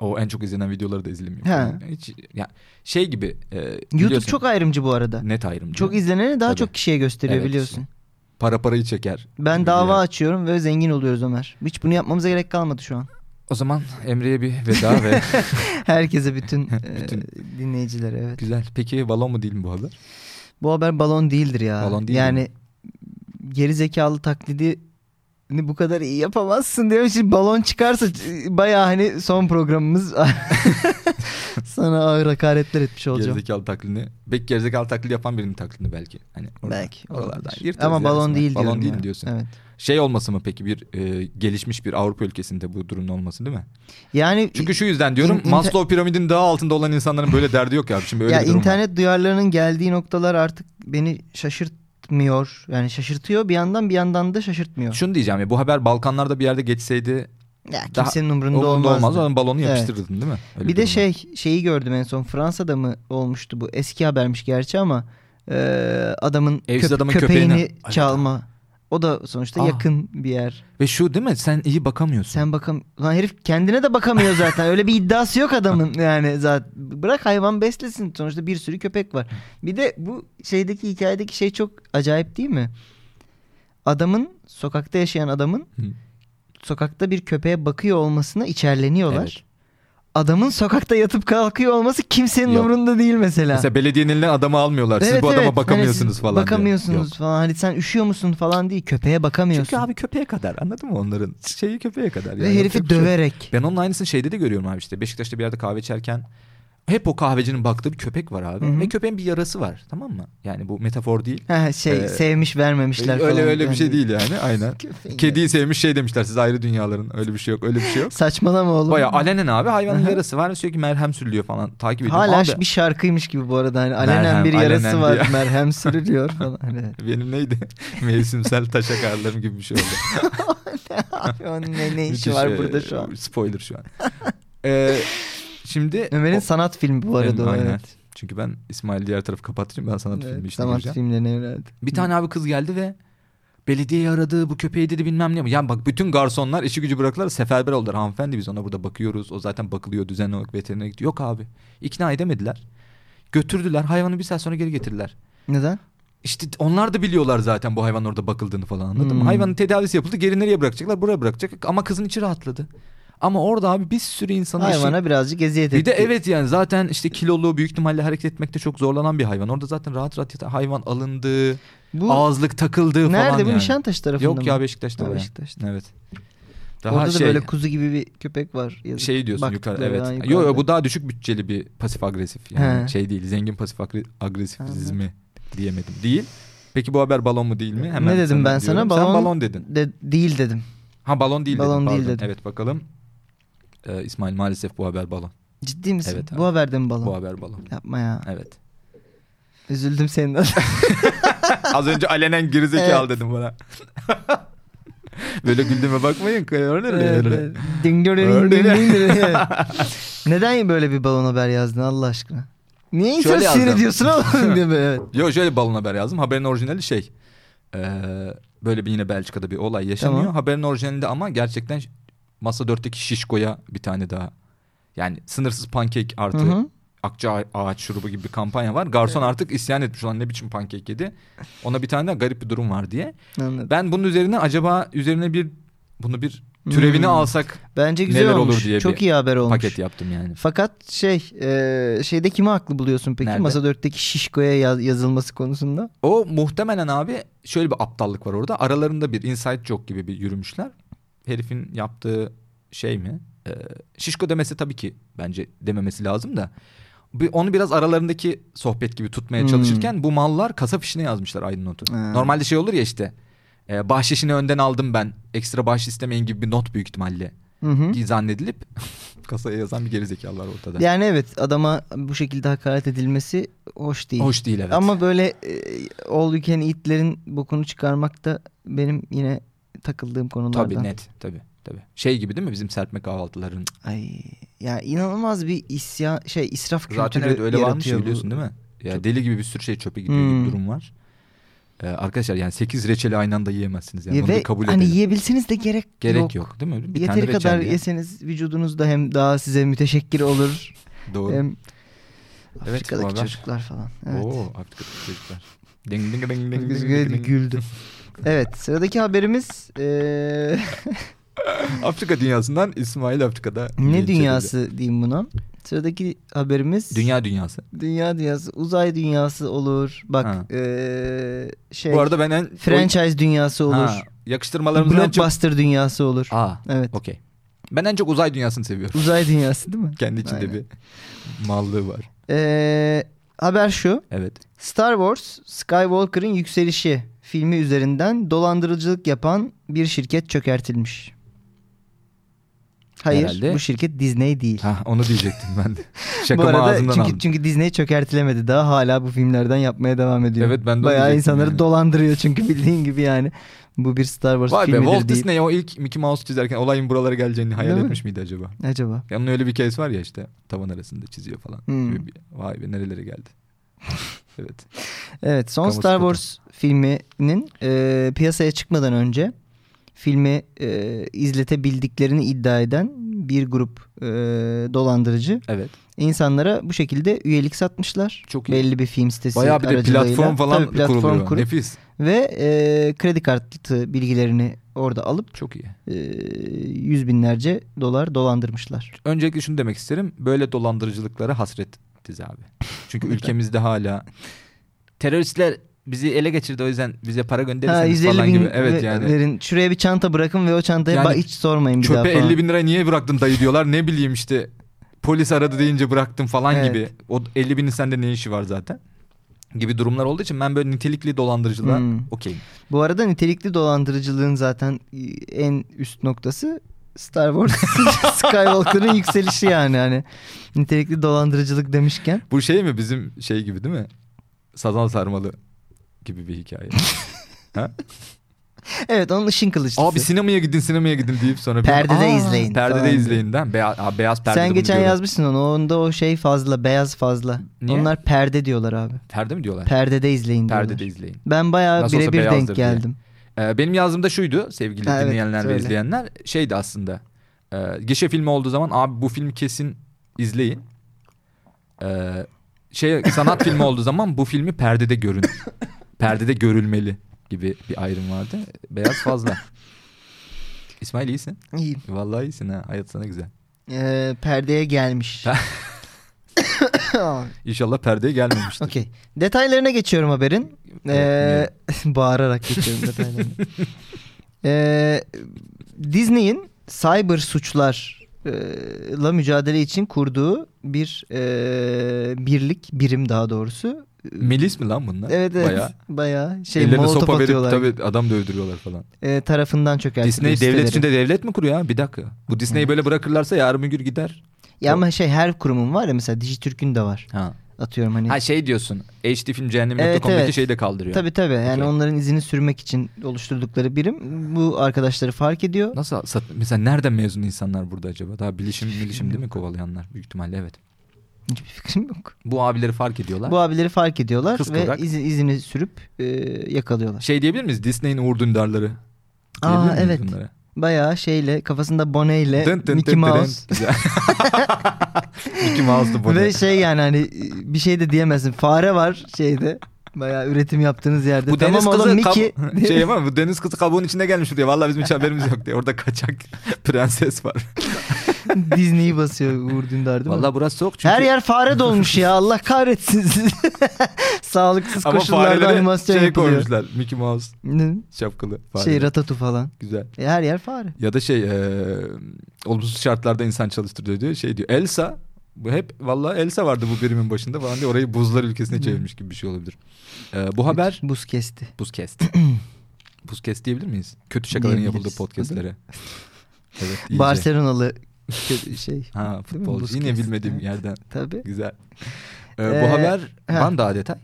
[SPEAKER 2] O en çok izlenen videoları da izlemiyor.
[SPEAKER 1] He.
[SPEAKER 2] Yani Hiç ya şey gibi e,
[SPEAKER 1] YouTube
[SPEAKER 2] biliyorsun,
[SPEAKER 1] çok ayrımcı bu arada.
[SPEAKER 2] net ayrımcı.
[SPEAKER 1] Çok izleneni daha
[SPEAKER 2] Tabii.
[SPEAKER 1] çok kişiye gösteriyor
[SPEAKER 2] Evet,
[SPEAKER 1] biliyorsun.
[SPEAKER 2] Para parayı çeker.
[SPEAKER 1] Ben
[SPEAKER 2] gibi
[SPEAKER 1] dava
[SPEAKER 2] yani.
[SPEAKER 1] açıyorum ve zengin oluyoruz Ömer. Hiç bunu yapmamıza gerek kalmadı şu an.
[SPEAKER 2] O zaman Emre'ye bir veda ve
[SPEAKER 1] Herkese bütün,
[SPEAKER 2] Bütün.
[SPEAKER 1] e, dinleyicilere evet.
[SPEAKER 2] güzel. Peki balon mu değil mi bu haber?
[SPEAKER 1] Bu haber balon değildir ya.
[SPEAKER 2] Balon değil
[SPEAKER 1] yani geri zekalı taklidi bu kadar iyi yapamazsın diye şimdi balon çıkarsa e, bayağı hani son programımız sana ağır hakaretler etmiş olacağım.
[SPEAKER 2] Gerizekalı taklidini. Belki gerizekalı taklidi yapan birinin taklidini belki. Hani oradan-
[SPEAKER 1] Belki.
[SPEAKER 2] oralardan
[SPEAKER 1] olabilir.
[SPEAKER 2] yırtarız
[SPEAKER 1] Ama
[SPEAKER 2] yani
[SPEAKER 1] balon
[SPEAKER 2] sonra.
[SPEAKER 1] değil
[SPEAKER 2] Balon
[SPEAKER 1] diyorum
[SPEAKER 2] değil
[SPEAKER 1] ya.
[SPEAKER 2] diyorsun.
[SPEAKER 1] Evet.
[SPEAKER 2] Şey olması mı peki bir e, gelişmiş bir Avrupa ülkesinde bu durumun olması değil mi?
[SPEAKER 1] Yani
[SPEAKER 2] Çünkü şu yüzden diyorum
[SPEAKER 1] İn- inter-
[SPEAKER 2] Maslow piramidin daha altında olan insanların böyle derdi yok ya. Şimdi öyle
[SPEAKER 1] ya
[SPEAKER 2] bir durum var.
[SPEAKER 1] internet duyarlarının geldiği noktalar artık beni şaşırtmıyor. Yani şaşırtıyor bir yandan bir yandan da şaşırtmıyor.
[SPEAKER 2] Şunu diyeceğim ya bu haber Balkanlarda bir yerde geçseydi
[SPEAKER 1] Ya
[SPEAKER 2] Daha-
[SPEAKER 1] kimsenin umurunda
[SPEAKER 2] Umurunda
[SPEAKER 1] olmazdı.
[SPEAKER 2] olmaz. Onun balonu
[SPEAKER 1] Evet.
[SPEAKER 2] yapıştırırdın değil mi? Öyle
[SPEAKER 1] bir de
[SPEAKER 2] durumda.
[SPEAKER 1] şey şeyi gördüm en son Fransa'da mı olmuştu bu eski habermiş gerçi ama e, adamın,
[SPEAKER 2] Evsiz
[SPEAKER 1] köp-
[SPEAKER 2] adamın
[SPEAKER 1] köpeğini,
[SPEAKER 2] köpeğini- Ay,
[SPEAKER 1] çalma. O da sonuçta
[SPEAKER 2] Ah.
[SPEAKER 1] yakın bir yer.
[SPEAKER 2] Ve şu değil mi? Sen iyi bakamıyorsun.
[SPEAKER 1] Sen bakam lan herif kendine de bakamıyor zaten. Öyle bir iddiası yok adamın yani zaten. Bırak hayvan beslesin. Sonuçta bir sürü köpek var. Bir de bu şeydeki hikayedeki şey çok acayip değil mi? Adamın sokakta yaşayan adamın
[SPEAKER 2] Hı.
[SPEAKER 1] sokakta bir köpeğe bakıyor olmasına içerleniyorlar.
[SPEAKER 2] Evet.
[SPEAKER 1] Adamın sokakta yatıp kalkıyor olması kimsenin
[SPEAKER 2] Yok.
[SPEAKER 1] umurunda değil mesela.
[SPEAKER 2] Mesela belediyenin eline adamı almıyorlar. Siz
[SPEAKER 1] Evet,
[SPEAKER 2] bu adama
[SPEAKER 1] evet.
[SPEAKER 2] bakamıyorsunuz
[SPEAKER 1] Evet, siz
[SPEAKER 2] falan. diyor.
[SPEAKER 1] Bakamıyorsunuz
[SPEAKER 2] Yok.
[SPEAKER 1] falan. Hani sen üşüyor musun falan değil. Köpeğe bakamıyorsun.
[SPEAKER 2] Çünkü abi köpeğe kadar anladın mı onların? Şeyi köpeğe kadar. yani.
[SPEAKER 1] Ve herifi
[SPEAKER 2] Yapacak bir şey yok.
[SPEAKER 1] döverek.
[SPEAKER 2] Ben onun aynısını şeyde de görüyorum abi işte. Beşiktaş'ta bir yerde kahve içerken hep o kahvecinin baktığı bir köpek var abi.
[SPEAKER 1] Hı hı.
[SPEAKER 2] Ve köpeğin bir yarası var tamam mı? Yani bu metafor değil.
[SPEAKER 1] Ha, şey
[SPEAKER 2] Ee,
[SPEAKER 1] sevmiş vermemişler
[SPEAKER 2] öyle
[SPEAKER 1] falan.
[SPEAKER 2] öyle bir
[SPEAKER 1] Yani-
[SPEAKER 2] şey değil yani aynen.
[SPEAKER 1] Köpeğin
[SPEAKER 2] Kediyi sevmiş şey demişler siz ayrı dünyaların öyle bir şey yok öyle bir şey yok.
[SPEAKER 1] Saçmalama oğlum.
[SPEAKER 2] Baya alenen abi hayvanın
[SPEAKER 1] Aha.
[SPEAKER 2] yarası var ve sürekli merhem sürülüyor falan takip ediyor.
[SPEAKER 1] Hala
[SPEAKER 2] Abi,
[SPEAKER 1] bir şarkıymış gibi bu arada. Hani alenen
[SPEAKER 2] Merhem,
[SPEAKER 1] bir yarası
[SPEAKER 2] alenen
[SPEAKER 1] var.
[SPEAKER 2] diyor.
[SPEAKER 1] Merhem sürülüyor falan. Hani,
[SPEAKER 2] benim neydi? Mevsimsel taşa karlarım gibi bir şey oldu.
[SPEAKER 1] abi onun ne, ne işi
[SPEAKER 2] Müthiş,
[SPEAKER 1] var
[SPEAKER 2] e,
[SPEAKER 1] burada şu an?
[SPEAKER 2] Spoiler şu an. Ee, şimdi
[SPEAKER 1] Ömer'in
[SPEAKER 2] e, o-
[SPEAKER 1] sanat filmi bu arada. o,
[SPEAKER 2] Aynen.
[SPEAKER 1] evet.
[SPEAKER 2] Çünkü ben İsmail diğer tarafı kapatacağım ben sanat
[SPEAKER 1] Evet,
[SPEAKER 2] filmi işine
[SPEAKER 1] sanat
[SPEAKER 2] gireceğim.
[SPEAKER 1] filmlerine yöneldi.
[SPEAKER 2] Bir tane abi kız geldi ve belediyeyi aradı bu köpeği dedi bilmem ne. Yani bak bütün garsonlar işi gücü bıraktılar seferber oldular. Hanımefendi biz ona burada bakıyoruz. O zaten bakılıyor düzenli olarak veterinere gidiyor. Yok abi ikna edemediler. Götürdüler hayvanı bir saat sonra geri getirdiler.
[SPEAKER 1] Neden?
[SPEAKER 2] İşte onlar da biliyorlar zaten bu hayvan orada bakıldığını falan anladın
[SPEAKER 1] Hmm.
[SPEAKER 2] mı? Hayvanın tedavisi yapıldı geri nereye bırakacaklar buraya bırakacak ama kızın içi rahatladı. Ama orada abi bir sürü insanın işi-
[SPEAKER 1] Hayvana birazcık eziyet
[SPEAKER 2] bir de
[SPEAKER 1] etti.
[SPEAKER 2] evet yani zaten işte kilolu büyük ihtimalle hareket etmekte çok zorlanan bir hayvan. Orada zaten rahat rahat yatan hayvan alındı,
[SPEAKER 1] Bu
[SPEAKER 2] ağızlık takıldı falan
[SPEAKER 1] nerede bu
[SPEAKER 2] yani.
[SPEAKER 1] Nişantaşı tarafında
[SPEAKER 2] Yok
[SPEAKER 1] mı?
[SPEAKER 2] ya Beşiktaş'ta.
[SPEAKER 1] Ha,
[SPEAKER 2] baya.
[SPEAKER 1] Beşiktaş'ta.
[SPEAKER 2] Evet. Daha
[SPEAKER 1] Orada
[SPEAKER 2] şey,
[SPEAKER 1] da böyle kuzu gibi bir köpek var. Yazık.
[SPEAKER 2] şey diyorsun yukarı
[SPEAKER 1] Baktıkları daha
[SPEAKER 2] evet. Yok
[SPEAKER 1] yukarıda.
[SPEAKER 2] yo, bu daha düşük bütçeli bir pasif agresif yani
[SPEAKER 1] He.
[SPEAKER 2] şey değil. Zengin pasif agre- agresifizmi diyemedim. Değil. Peki bu haber balon mu değil mi? Hemen
[SPEAKER 1] Ne dedim
[SPEAKER 2] sana
[SPEAKER 1] ben sana?
[SPEAKER 2] diyorum. Sen
[SPEAKER 1] Balon-
[SPEAKER 2] balon dedin.
[SPEAKER 1] De, değil dedim.
[SPEAKER 2] Ha balon değil
[SPEAKER 1] Balon
[SPEAKER 2] dedim.
[SPEAKER 1] değil
[SPEAKER 2] pardon.
[SPEAKER 1] dedim.
[SPEAKER 2] Evet bakalım. Ee, İsmail maalesef bu haber balon.
[SPEAKER 1] Ciddi misin?
[SPEAKER 2] Evet abi.
[SPEAKER 1] bu haberde mi balon?
[SPEAKER 2] Bu haber balon.
[SPEAKER 1] Yapma ya.
[SPEAKER 2] Evet.
[SPEAKER 1] Üzüldüm senin adına.
[SPEAKER 2] Az önce alenen gerizekalı dedim bana. Böyle güldüğüme bakmayın.
[SPEAKER 1] Evet, evet. Ding dong ding dong
[SPEAKER 2] Öyle.
[SPEAKER 1] ding dong. Evet. Neden böyle bir balon haber yazdın Allah aşkına? Niye insan
[SPEAKER 2] Şöyle yazdım.
[SPEAKER 1] sinir ediyorsun oğlum? diye böyle, evet.
[SPEAKER 2] Yo şöyle balon haber yazdım. Haberin orijinali şey. Ee, böyle bir yine Belçika'da bir olay yaşanıyor.
[SPEAKER 1] Tamam.
[SPEAKER 2] Haberin orijinalinde ama gerçekten ş- masa dörtteki şişkoya bir tane daha. Yani sınırsız pankek artı
[SPEAKER 1] Hı hı.
[SPEAKER 2] akça ağa- ağaç şurubu gibi bir kampanya var. Garson artık isyan etmiş olan ne biçim pankek yedi. Ona bir tane daha garip bir durum var diye.
[SPEAKER 1] Anladım.
[SPEAKER 2] Ben bunun üzerine acaba üzerine bir bunu bir türevini
[SPEAKER 1] Hmm.
[SPEAKER 2] alsak
[SPEAKER 1] Bence güzel
[SPEAKER 2] Neler
[SPEAKER 1] olmuş.
[SPEAKER 2] olur diye
[SPEAKER 1] Çok
[SPEAKER 2] bir
[SPEAKER 1] iyi haber olmuş.
[SPEAKER 2] paket yaptım yani.
[SPEAKER 1] Fakat şey e, şeyde kimi haklı buluyorsun peki?
[SPEAKER 2] Nerede?
[SPEAKER 1] Masa 4'teki şişkoya yaz- yazılması konusunda.
[SPEAKER 2] O muhtemelen abi şöyle bir aptallık var orada. Aralarında bir inside joke gibi bir yürümüşler. Herifin yaptığı şey mi? Ee, şişko demesi tabii ki bence dememesi lazım da. Bir- Onu biraz aralarındaki sohbet gibi tutmaya
[SPEAKER 1] Hmm.
[SPEAKER 2] çalışırken bu mallar kasap işine yazmışlar aynı notu.
[SPEAKER 1] Ha.
[SPEAKER 2] Normalde şey olur ya işte. e, bahşişini önden aldım ben. Ekstra bahşiş istemeyin gibi bir not büyük ihtimalle
[SPEAKER 1] Hı hı.
[SPEAKER 2] diye zannedilip kasaya yazan bir gerizekalı var ortada.
[SPEAKER 1] Yani evet adama bu şekilde hakaret edilmesi hoş değil.
[SPEAKER 2] Hoş değil evet.
[SPEAKER 1] Ama böyle e, all you can eat'lerin bokunu çıkarmak da benim yine takıldığım konulardan.
[SPEAKER 2] Tabii net tabii tabii. Şey gibi değil mi bizim serpme kahvaltıların
[SPEAKER 1] Ay ya inanılmaz bir isya şey israf kültürü
[SPEAKER 2] Zaten evet öyle varmış ya
[SPEAKER 1] yaratıyor bu.
[SPEAKER 2] biliyorsun değil mi? Ya
[SPEAKER 1] Çok-
[SPEAKER 2] deli gibi bir sürü şey çöpe gidiyor gibi
[SPEAKER 1] Hmm.
[SPEAKER 2] bir durum var. Ee, arkadaşlar yani 8 reçeli aynı anda yiyemezsiniz yani.
[SPEAKER 1] Ya
[SPEAKER 2] Bunu
[SPEAKER 1] ve
[SPEAKER 2] bir kabul
[SPEAKER 1] hani
[SPEAKER 2] edelim.
[SPEAKER 1] yiyebilseniz de gerek,
[SPEAKER 2] Gerek yok.
[SPEAKER 1] yok.
[SPEAKER 2] değil mi? Bir
[SPEAKER 1] Yeteri
[SPEAKER 2] tane reçel
[SPEAKER 1] kadar
[SPEAKER 2] ye.
[SPEAKER 1] yeseniz vücudunuz da hem daha size müteşekkir olur.
[SPEAKER 2] Doğru.
[SPEAKER 1] hem
[SPEAKER 2] Evet,
[SPEAKER 1] Afrika'daki
[SPEAKER 2] haber.
[SPEAKER 1] çocuklar falan. Evet.
[SPEAKER 2] Oo Afrika'daki çocuklar. Ding ding ding ding
[SPEAKER 1] Biz
[SPEAKER 2] ding
[SPEAKER 1] gö-
[SPEAKER 2] ding ding.
[SPEAKER 1] güldüm. evet sıradaki haberimiz eee,
[SPEAKER 2] Afrika dünyasından İsmail Afrika'da.
[SPEAKER 1] ne
[SPEAKER 2] linç
[SPEAKER 1] dünyası diyeyim buna. Sıradaki haberimiz
[SPEAKER 2] edildi. Dünya dünyası.
[SPEAKER 1] dünya dünyası uzay dünyası olur.
[SPEAKER 2] Ha.
[SPEAKER 1] Bak eee, şey
[SPEAKER 2] Bu arada ben en...
[SPEAKER 1] franchise dünyası
[SPEAKER 2] Ha,
[SPEAKER 1] olur.
[SPEAKER 2] yakıştırmalarımızdan en çok...
[SPEAKER 1] Blockbuster dünyası olur.
[SPEAKER 2] Aa
[SPEAKER 1] Evet.
[SPEAKER 2] okey. Ben en çok uzay dünyasını seviyorum.
[SPEAKER 1] Uzay dünyası değil mi?
[SPEAKER 2] Kendi içinde
[SPEAKER 1] Aynen.
[SPEAKER 2] bir mallığı var.
[SPEAKER 1] Ee, haber şu.
[SPEAKER 2] Evet.
[SPEAKER 1] Star Wars Skywalker'ın yükselişi filmi üzerinden dolandırıcılık yapan bir şirket çökertilmiş. Hayır
[SPEAKER 2] Herhalde.
[SPEAKER 1] bu şirket Disney değil.
[SPEAKER 2] Ha onu diyecektim ben de.
[SPEAKER 1] bu
[SPEAKER 2] Şakamı
[SPEAKER 1] arada
[SPEAKER 2] ağzımdan
[SPEAKER 1] çünkü
[SPEAKER 2] aldım.
[SPEAKER 1] çünkü Disney çökertilemedi daha hala bu filmlerden yapmaya devam ediyor.
[SPEAKER 2] Evet, ben de onu
[SPEAKER 1] Bayağı
[SPEAKER 2] diyecektim
[SPEAKER 1] insanları
[SPEAKER 2] yani.
[SPEAKER 1] dolandırıyor çünkü bildiğin gibi yani. Bu bir Star Wars
[SPEAKER 2] Vay be
[SPEAKER 1] filmidir
[SPEAKER 2] Walt
[SPEAKER 1] deyip.
[SPEAKER 2] Disney o ilk Mickey Mouse çizerken olayın buralara geleceğini hayal
[SPEAKER 1] Değil mi?
[SPEAKER 2] etmiş miydi acaba?
[SPEAKER 1] Acaba.
[SPEAKER 2] Ya Onun öyle bir case var ya işte tavan arasında çiziyor falan.
[SPEAKER 1] Hmm.
[SPEAKER 2] Gibi bir- Vay be nerelere geldi. evet.
[SPEAKER 1] Evet son
[SPEAKER 2] Kamu
[SPEAKER 1] Star
[SPEAKER 2] spotu.
[SPEAKER 1] Wars filminin e, piyasaya çıkmadan önce filmi e, izletebildiklerini iddia eden bir grup e, dolandırıcı
[SPEAKER 2] Evet.
[SPEAKER 1] insanlara bu şekilde üyelik satmışlar.
[SPEAKER 2] Çok iyi.
[SPEAKER 1] Belli bir film sitesi
[SPEAKER 2] Bayağı bir de
[SPEAKER 1] aracılığıyla.
[SPEAKER 2] platform falan
[SPEAKER 1] Tabii platform
[SPEAKER 2] kuruluyor.
[SPEAKER 1] kurup
[SPEAKER 2] Nefis.
[SPEAKER 1] ve e, kredi kartı bilgilerini orada alıp
[SPEAKER 2] Çok iyi.
[SPEAKER 1] e, yüz binlerce dolar dolandırmışlar.
[SPEAKER 2] Öncelikle şunu demek isterim. Böyle dolandırıcılıklara hasretiz abi. Çünkü ülkemizde hala teröristler bizi ele geçirdi o yüzden bize para
[SPEAKER 1] Ha,
[SPEAKER 2] gönderirseniz
[SPEAKER 1] 150
[SPEAKER 2] hani falan
[SPEAKER 1] bin
[SPEAKER 2] gibi. Evet
[SPEAKER 1] ve-
[SPEAKER 2] yani.
[SPEAKER 1] verin. Şuraya bir çanta bırakın ve o çantaya
[SPEAKER 2] Yani
[SPEAKER 1] ba- hiç sormayın bir daha
[SPEAKER 2] Çöpe
[SPEAKER 1] falan.
[SPEAKER 2] 50 bin lira niye bıraktın dayı diyorlar. Ne bileyim işte polis aradı deyince bıraktım falan
[SPEAKER 1] Evet.
[SPEAKER 2] gibi. O 50 binin sende ne işi var zaten? Gibi durumlar olduğu için ben böyle nitelikli dolandırıcılığa
[SPEAKER 1] Hmm.
[SPEAKER 2] okeyim.
[SPEAKER 1] Bu arada nitelikli dolandırıcılığın zaten e, en üst noktası Star Wars Skywalker'ın yükselişi yani hani nitelikli dolandırıcılık demişken
[SPEAKER 2] Bu şey mi bizim şey gibi değil mi? Sazan sarmalı gibi bir hikaye.
[SPEAKER 1] evet onun ışın kılıçlısı.
[SPEAKER 2] Abi sinemaya gidin sinemaya gidin deyip sonra bir-
[SPEAKER 1] Perdede izleyin
[SPEAKER 2] Perdede
[SPEAKER 1] falan
[SPEAKER 2] izleyin den. Beyaz, aa, beyaz perde.
[SPEAKER 1] Sen
[SPEAKER 2] bunu
[SPEAKER 1] geçen
[SPEAKER 2] diyorlar.
[SPEAKER 1] yazmışsın onu. Onda o şey fazla, beyaz fazla.
[SPEAKER 2] Niye?
[SPEAKER 1] Onlar perde diyorlar abi.
[SPEAKER 2] Perde mi diyorlar?
[SPEAKER 1] Perdede izleyin diyorlar.
[SPEAKER 2] Perdede izleyin.
[SPEAKER 1] Ben bayağı
[SPEAKER 2] Nasıl olsa
[SPEAKER 1] birebir
[SPEAKER 2] beyazdır
[SPEAKER 1] denk
[SPEAKER 2] diye.
[SPEAKER 1] geldim.
[SPEAKER 2] Ee, benim yazdığımda şuydu sevgili
[SPEAKER 1] Ha, evet,
[SPEAKER 2] dinleyenler ve
[SPEAKER 1] söyle.
[SPEAKER 2] izleyenler. Şeydi aslında. E, gişe filmi olduğu zaman abi bu filmi kesin izleyin. Ee, şey sanat filmi olduğu zaman bu filmi perdede görün. perdede görülmeli gibi bir ayrım vardı. Beyaz fazla. İsmail iyisin.
[SPEAKER 1] İyiyim.
[SPEAKER 2] Vallahi iyisin ha. Hayat sana güzel.
[SPEAKER 1] Ee, perdeye gelmiş.
[SPEAKER 2] İnşallah perdeye gelmemiştir.
[SPEAKER 1] Okey. Detaylarına geçiyorum haberin. Ee,
[SPEAKER 2] Evet,
[SPEAKER 1] bağırarak geçiyorum detaylarına. Ee, Disney'in cyber suçlarla mücadele için kurduğu bir e, birlik, birim daha doğrusu.
[SPEAKER 2] Melis mi lan bunlar?
[SPEAKER 1] Evet evet.
[SPEAKER 2] Bayağı.
[SPEAKER 1] Bayağı, şey
[SPEAKER 2] Ellerine
[SPEAKER 1] molotof
[SPEAKER 2] sopa verip
[SPEAKER 1] atıyorlar.
[SPEAKER 2] tabii adam dövdürüyorlar falan.
[SPEAKER 1] E, tarafından çökertiyor.
[SPEAKER 2] Disney devlet
[SPEAKER 1] siteleri.
[SPEAKER 2] içinde devlet mi kuruyor ha? Bir dakika. Bu Disney'i böyle bırakırlarsa yarın bir gün gider.
[SPEAKER 1] Ya ama şey her kurumun var ya mesela Dijitürk'ün de var.
[SPEAKER 2] Ha.
[SPEAKER 1] Atıyorum hani.
[SPEAKER 2] Ha şey diyorsun. HD film cehennem.com'daki
[SPEAKER 1] Evet, evet.
[SPEAKER 2] şeyi de kaldırıyor.
[SPEAKER 1] Tabii tabii. Yani
[SPEAKER 2] Okey.
[SPEAKER 1] onların izini sürmek için oluşturdukları birim bu arkadaşları fark ediyor.
[SPEAKER 2] Nasıl sat- mesela nereden mezun insanlar burada acaba? Daha bilişim bilişim değil mi kovalayanlar? Büyük ihtimalle evet.
[SPEAKER 1] Hiçbir fikrim yok.
[SPEAKER 2] Bu abileri fark ediyorlar.
[SPEAKER 1] Bu abileri fark ediyorlar
[SPEAKER 2] Kız
[SPEAKER 1] ve
[SPEAKER 2] kıvrak.
[SPEAKER 1] izi- izini sürüp e, yakalıyorlar.
[SPEAKER 2] Şey diyebilir miyiz? Disney'in Uğur Dündarları.
[SPEAKER 1] Aa,
[SPEAKER 2] Diyebilir miyiz
[SPEAKER 1] evet.
[SPEAKER 2] bunlara?
[SPEAKER 1] Bayağı şeyle kafasında boneyle
[SPEAKER 2] Dın dın
[SPEAKER 1] Mickey
[SPEAKER 2] dın dın dın.
[SPEAKER 1] Mouse
[SPEAKER 2] Güzel. Mickey Mouse'du bu.
[SPEAKER 1] ve şey yani hani e, bir şey de diyemezsin. Fare var şeyde. Bayağı üretim yaptığınız yerde.
[SPEAKER 2] Bu
[SPEAKER 1] tamam
[SPEAKER 2] deniz
[SPEAKER 1] oğlum
[SPEAKER 2] kızı
[SPEAKER 1] Mickey.
[SPEAKER 2] kab- şey ama bu deniz kızı kabuğun içinde gelmiş diye. Vallahi bizim hiç haberimiz yok diye. Orada kaçak prenses var.
[SPEAKER 1] Disney'i basıyor Uğur Dündar değil mi?
[SPEAKER 2] Vallahi burası soğuk çünkü.
[SPEAKER 1] Her yer fare dolmuş ya Allah kahretsin sizi. Sağlıksız
[SPEAKER 2] ama
[SPEAKER 1] koşullarda
[SPEAKER 2] farelere
[SPEAKER 1] animasyon
[SPEAKER 2] şey
[SPEAKER 1] yapılıyor.
[SPEAKER 2] koymuşlar. Mickey Mouse
[SPEAKER 1] Ne?
[SPEAKER 2] şapkalı fare.
[SPEAKER 1] Şey ratatu falan.
[SPEAKER 2] Güzel.
[SPEAKER 1] E, her yer fare.
[SPEAKER 2] Ya da şey eee, olumsuz şartlarda insan çalıştırıyor diyor. Şey diyor Elsa bu hep vallahi Elsa vardı bu birimin başında falan diye orayı buzlar ülkesine çevirmiş gibi bir şey olabilir. Eee, bu haber
[SPEAKER 1] Buz kesti.
[SPEAKER 2] Buzcast. Buzcast diyebilir miyiz? Kötü şakaların
[SPEAKER 1] Diyebiliriz.
[SPEAKER 2] yapıldığı podcastlere. evet. iyice.
[SPEAKER 1] Barcelonalı şey.
[SPEAKER 2] Ha
[SPEAKER 1] Değil mi?
[SPEAKER 2] futbolcu yine
[SPEAKER 1] Busquets.
[SPEAKER 2] bilmediğim
[SPEAKER 1] Evet.
[SPEAKER 2] yerden.
[SPEAKER 1] Tabii.
[SPEAKER 2] Güzel. Ee,
[SPEAKER 1] Ee,
[SPEAKER 2] bu haber
[SPEAKER 1] ha.
[SPEAKER 2] Van daha detay.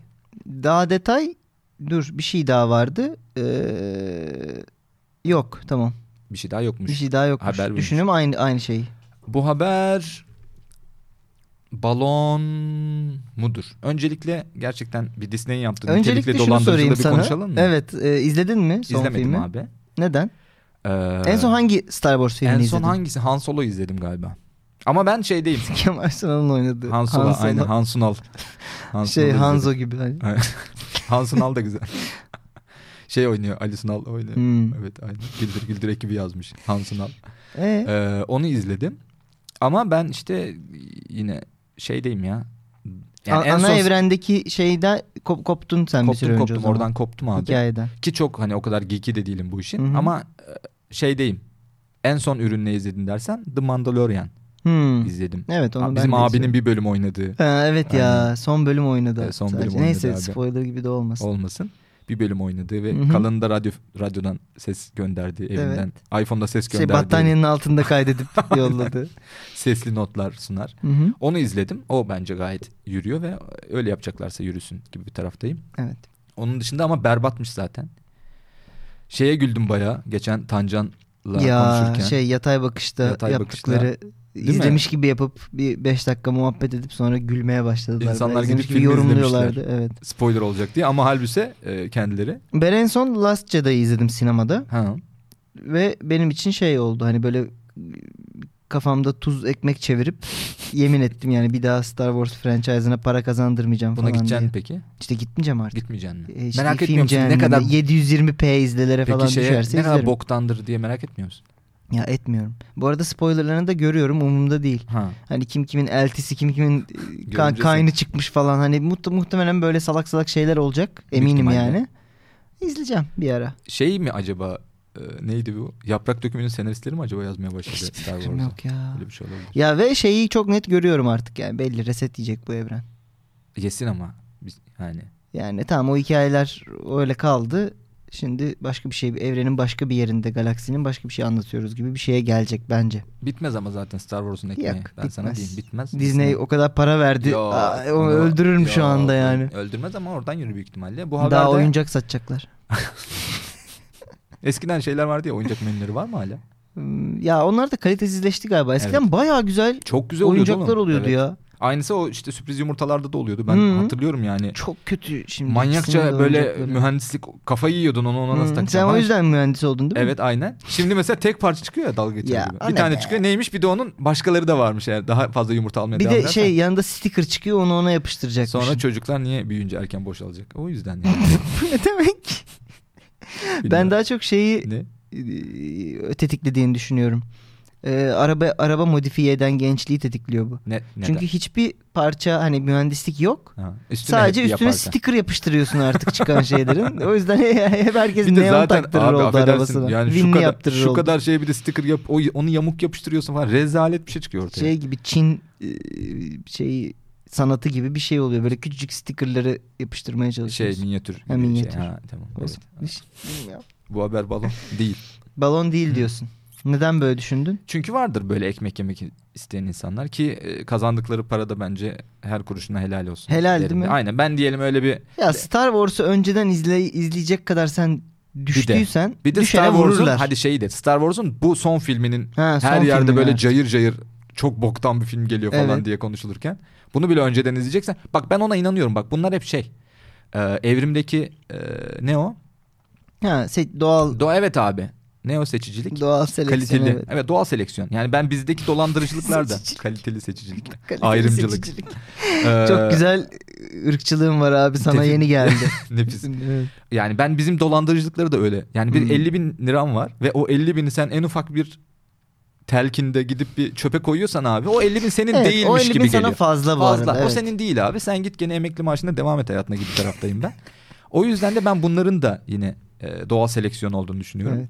[SPEAKER 1] Daha detay dur bir şey daha vardı. Ee, yok tamam.
[SPEAKER 2] Bir şey daha yokmuş.
[SPEAKER 1] Bir şey daha yokmuş.
[SPEAKER 2] Haber buymuş.
[SPEAKER 1] Düşünüyorum aynı aynı şey. şeyi.
[SPEAKER 2] Bu haber balon mudur? Öncelikle gerçekten bir Disney'in yaptığı
[SPEAKER 1] Öncelikle
[SPEAKER 2] nitelikli
[SPEAKER 1] şunu
[SPEAKER 2] dolandırıcılığı
[SPEAKER 1] sorayım
[SPEAKER 2] bir
[SPEAKER 1] sana.
[SPEAKER 2] konuşalım mı?
[SPEAKER 1] Evet e, izledin mi son
[SPEAKER 2] İzlemedim
[SPEAKER 1] filmi?
[SPEAKER 2] abi.
[SPEAKER 1] Neden?
[SPEAKER 2] Ee,
[SPEAKER 1] En son hangi Star Wars filmini
[SPEAKER 2] en son
[SPEAKER 1] izledin?
[SPEAKER 2] hangisi? Han Solo izledim galiba. Ama ben şeydeyim.
[SPEAKER 1] Kemal Sunal'ın oynadığı.
[SPEAKER 2] Han Solo, aynen Han Sunal. Han
[SPEAKER 1] Şey
[SPEAKER 2] Sunal'ı
[SPEAKER 1] Hanzo
[SPEAKER 2] izledim.
[SPEAKER 1] gibi. hani.
[SPEAKER 2] Han Sunal da güzel. şey oynuyor Ali Sunal oynuyor.
[SPEAKER 1] Hmm.
[SPEAKER 2] Evet aynen. Güldür Güldür ekibi yazmış Han Sunal.
[SPEAKER 1] Ee,
[SPEAKER 2] Ee, onu izledim. Ama ben işte yine şeydeyim ya.
[SPEAKER 1] a- ana evrendeki şeyde kop- koptun sen bir süre
[SPEAKER 2] koptum
[SPEAKER 1] önce
[SPEAKER 2] koptum
[SPEAKER 1] o zaman.
[SPEAKER 2] oradan koptum abi.
[SPEAKER 1] Hikayeden.
[SPEAKER 2] Ki çok hani o kadar geeki de değilim bu işin.
[SPEAKER 1] Hı hı.
[SPEAKER 2] Ama e, şeydeyim. En son ürün ne izledin dersen The Mandalorian
[SPEAKER 1] Hmm.
[SPEAKER 2] izledim.
[SPEAKER 1] Evet onu ben
[SPEAKER 2] Bizim
[SPEAKER 1] de
[SPEAKER 2] abinin
[SPEAKER 1] izledim.
[SPEAKER 2] bir bölüm oynadığı
[SPEAKER 1] Ha, evet ya
[SPEAKER 2] Aynen.
[SPEAKER 1] son bölüm oynadı.
[SPEAKER 2] Evet, son bölüm
[SPEAKER 1] Sadece. Neyse
[SPEAKER 2] oynadı abi.
[SPEAKER 1] spoiler gibi de olmasın.
[SPEAKER 2] olmasın. bir bölüm oynadığı ve
[SPEAKER 1] Hı hı.
[SPEAKER 2] kalanı da radyo radyodan ses gönderdiği evinden. iPhone'da ses
[SPEAKER 1] Şey,
[SPEAKER 2] gönderdiği
[SPEAKER 1] battaniyenin altında kaydedip yolladı.
[SPEAKER 2] sesli notlar sunar.
[SPEAKER 1] Hı hı.
[SPEAKER 2] Onu izledim. O bence gayet yürüyor ve öyle yapacaklarsa yürüsün gibi bir taraftayım.
[SPEAKER 1] Evet.
[SPEAKER 2] Onun dışında ama berbatmış zaten. Şeye güldüm bayağı. Geçen Tancan'la
[SPEAKER 1] Ya
[SPEAKER 2] konuşurken.
[SPEAKER 1] şey yatay bakışta
[SPEAKER 2] Yatay
[SPEAKER 1] yaptıkları
[SPEAKER 2] mi?
[SPEAKER 1] izlemiş gibi yapıp bir 5 dakika muhabbet edip sonra gülmeye başladılar.
[SPEAKER 2] İnsanlar
[SPEAKER 1] İzlemiş
[SPEAKER 2] gidip filmi
[SPEAKER 1] Evet.
[SPEAKER 2] Spoiler olacak diye ama halbise e, kendileri.
[SPEAKER 1] Ben en son Last Jedi'yi izledim sinemada
[SPEAKER 2] Ha.
[SPEAKER 1] ve benim için şey oldu hani böyle kafamda tuz ekmek çevirip yemin ettim yani bir daha Star Wars franchise'ına para kazandırmayacağım
[SPEAKER 2] Buna
[SPEAKER 1] falan
[SPEAKER 2] gideceksin
[SPEAKER 1] diye.
[SPEAKER 2] peki?
[SPEAKER 1] İşte gitmeyeceğim artık.
[SPEAKER 2] Gitmeyeceksin mi?
[SPEAKER 1] E işte
[SPEAKER 2] merak
[SPEAKER 1] film
[SPEAKER 2] etmiyor musun? Ne
[SPEAKER 1] cehennemi,
[SPEAKER 2] kadar
[SPEAKER 1] 720p izlelere falan
[SPEAKER 2] peki şeye, ne
[SPEAKER 1] düşerse
[SPEAKER 2] kadar
[SPEAKER 1] izlerim.
[SPEAKER 2] boktandır diye merak etmiyor musun?
[SPEAKER 1] ya etmiyorum. Bu arada spoilerlarını da görüyorum umurumda değil.
[SPEAKER 2] Ha.
[SPEAKER 1] Hani kim kimin eltisi kim kimin e, kan,
[SPEAKER 2] Görümcesi.
[SPEAKER 1] kaynı çıkmış falan hani muht- muhtemelen böyle salak salak şeyler olacak
[SPEAKER 2] Büyük
[SPEAKER 1] eminim
[SPEAKER 2] ihtimalle.
[SPEAKER 1] yani. İzleyeceğim bir ara.
[SPEAKER 2] Şey mi acaba e, neydi bu? Yaprak dökümünün senaristleri mi acaba yazmaya başladı Star
[SPEAKER 1] Fikrim
[SPEAKER 2] Wars'a?
[SPEAKER 1] yok ya.
[SPEAKER 2] Öyle bir şey olabilir.
[SPEAKER 1] Ya ve şeyi çok net görüyorum artık yani belli reset yiyecek bu evren.
[SPEAKER 2] Yesin ama. Biz- Yani.
[SPEAKER 1] Yani tamam o hikayeler öyle kaldı. Şimdi başka bir şey evrenin başka bir yerinde galaksinin başka bir şey anlatıyoruz gibi bir şeye gelecek bence.
[SPEAKER 2] Bitmez ama zaten Star Wars'un ekmeği. ben
[SPEAKER 1] Yok,
[SPEAKER 2] sana
[SPEAKER 1] bitmez.
[SPEAKER 2] diyeyim bitmez.
[SPEAKER 1] Disney o kadar para verdi.
[SPEAKER 2] Yo,
[SPEAKER 1] Aa, onu
[SPEAKER 2] onu-
[SPEAKER 1] öldürürüm şu
[SPEAKER 2] yo,
[SPEAKER 1] anda yani.
[SPEAKER 2] Öldürmez ama oradan yürür büyük ihtimalle. Bu haberde
[SPEAKER 1] Daha oyuncak satacaklar.
[SPEAKER 2] eskiden şeyler vardı ya oyuncak menüleri var mı hala?
[SPEAKER 1] Hmm, Ya onlar da kalitesizleşti galiba. Eskiden bayağı güzel
[SPEAKER 2] Çok güzel oluyordu
[SPEAKER 1] oyuncaklar
[SPEAKER 2] oğlum.
[SPEAKER 1] oluyordu,
[SPEAKER 2] Evet.
[SPEAKER 1] ya.
[SPEAKER 2] Aynısı o işte sürpriz yumurtalarda da oluyordu. Ben
[SPEAKER 1] Hı.
[SPEAKER 2] hatırlıyorum yani.
[SPEAKER 1] Çok kötü şimdi. ikisinin de
[SPEAKER 2] Manyakça böyle
[SPEAKER 1] oyuncakları.
[SPEAKER 2] mühendislik kafayı yiyordun onu ona nasıl
[SPEAKER 1] Hı,
[SPEAKER 2] takacaksın?
[SPEAKER 1] Sen o
[SPEAKER 2] Bana-
[SPEAKER 1] yüzden mühendis oldun değil mi?
[SPEAKER 2] Evet aynen. Şimdi mesela tek parça çıkıyor ya dalga geçer
[SPEAKER 1] Ya,
[SPEAKER 2] gibi.
[SPEAKER 1] o
[SPEAKER 2] Bir
[SPEAKER 1] ne
[SPEAKER 2] tane
[SPEAKER 1] be?
[SPEAKER 2] çıkıyor. Neymiş bir de onun başkaları da varmış yani. Daha fazla yumurta almaya
[SPEAKER 1] Bir
[SPEAKER 2] devam
[SPEAKER 1] de
[SPEAKER 2] edersen.
[SPEAKER 1] şey yanında sticker çıkıyor onu ona yapıştıracak.
[SPEAKER 2] Sonra çocuklar niye büyüyünce erken boşalacak? O yüzden yani.
[SPEAKER 1] ne demek?
[SPEAKER 2] Bilmiyorum.
[SPEAKER 1] Ben daha çok şeyi
[SPEAKER 2] Ne?
[SPEAKER 1] e, tetiklediğini düşünüyorum. Ee, araba araba modifiye eden gençliği tetikliyor bu.
[SPEAKER 2] Ne, neden?
[SPEAKER 1] Çünkü hiçbir parça hani mühendislik yok.
[SPEAKER 2] Ha, üstüne
[SPEAKER 1] Sadece
[SPEAKER 2] hep
[SPEAKER 1] üstüne
[SPEAKER 2] yaparken.
[SPEAKER 1] sticker yapıştırıyorsun artık çıkan şeylerin. O yüzden hep herkes
[SPEAKER 2] Bir de
[SPEAKER 1] neon
[SPEAKER 2] zaten
[SPEAKER 1] taktırır
[SPEAKER 2] abi
[SPEAKER 1] oldu
[SPEAKER 2] affedersin
[SPEAKER 1] arabasına.
[SPEAKER 2] yani şu
[SPEAKER 1] Vinli
[SPEAKER 2] kadar,
[SPEAKER 1] yaptırır
[SPEAKER 2] şu
[SPEAKER 1] oldu.
[SPEAKER 2] kadar şeye bir de sticker yap o, onu yamuk yapıştırıyorsun falan rezalet bir şey çıkıyor ortaya.
[SPEAKER 1] Şey gibi Çin e, şeyi sanatı gibi bir şey oluyor. Böyle küçücük stickerları yapıştırmaya
[SPEAKER 2] şey
[SPEAKER 1] çalışıyorsun.
[SPEAKER 2] minyatür. gibi
[SPEAKER 1] Ha, minyatür.
[SPEAKER 2] Şey. Ha, tamam. Evet.
[SPEAKER 1] Hiç bilmiyorum.
[SPEAKER 2] Bu haber balon değil.
[SPEAKER 1] Balon değil diyorsun. Neden böyle düşündün?
[SPEAKER 2] Çünkü vardır böyle ekmek yemek isteyen insanlar ki e, kazandıkları para da bence her kuruşuna helal olsun.
[SPEAKER 1] Helal
[SPEAKER 2] derim
[SPEAKER 1] değil
[SPEAKER 2] de.
[SPEAKER 1] mi?
[SPEAKER 2] Aynen ben diyelim öyle bir
[SPEAKER 1] Ya Star Wars'u önceden izle, izleyecek kadar sen düştüysen
[SPEAKER 2] bir de
[SPEAKER 1] düşene
[SPEAKER 2] Star Wars'un
[SPEAKER 1] vururlar.
[SPEAKER 2] hadi şeyi de Star Wars'un bu son filminin
[SPEAKER 1] Ha, son
[SPEAKER 2] her yerde
[SPEAKER 1] filmi,
[SPEAKER 2] böyle
[SPEAKER 1] evet.
[SPEAKER 2] cayır cayır çok boktan bir film geliyor falan
[SPEAKER 1] Evet.
[SPEAKER 2] diye konuşulurken bunu bile önceden izleyeceksen bak ben ona inanıyorum bak bunlar hep şey e, evrimdeki e, ne o?
[SPEAKER 1] Ha, se- doğal
[SPEAKER 2] Do evet abi. Ne o seçicilik?
[SPEAKER 1] doğal seleksiyon.
[SPEAKER 2] kaliteli. Evet.
[SPEAKER 1] evet.
[SPEAKER 2] doğal seleksiyon. Yani ben bizdeki dolandırıcılıklar da
[SPEAKER 1] Seçicilik.
[SPEAKER 2] kaliteli seçicilik.
[SPEAKER 1] Kaliteli
[SPEAKER 2] Ayrımcılık.
[SPEAKER 1] seçicilik.
[SPEAKER 2] Ee,
[SPEAKER 1] Çok güzel ırkçılığın var abi sana
[SPEAKER 2] Teşekkür-
[SPEAKER 1] yeni geldi.
[SPEAKER 2] Nefis.
[SPEAKER 1] Evet.
[SPEAKER 2] Yani ben bizim dolandırıcılıkları da öyle. Yani bir
[SPEAKER 1] Hmm.
[SPEAKER 2] 50 bin liram var ve o 50 bini sen en ufak bir telkinde gidip bir çöpe koyuyorsan abi o 50 bin senin
[SPEAKER 1] Evet, o
[SPEAKER 2] değilmiş
[SPEAKER 1] elbin
[SPEAKER 2] gibi
[SPEAKER 1] sana
[SPEAKER 2] geliyor.
[SPEAKER 1] fazla bu
[SPEAKER 2] Fazla.
[SPEAKER 1] arada.
[SPEAKER 2] O
[SPEAKER 1] evet.
[SPEAKER 2] senin değil abi. Sen git gene emekli maaşına devam et hayatına gibi taraftayım ben. O yüzden de ben bunların da yine e, doğal seleksiyon olduğunu düşünüyorum.
[SPEAKER 1] Evet.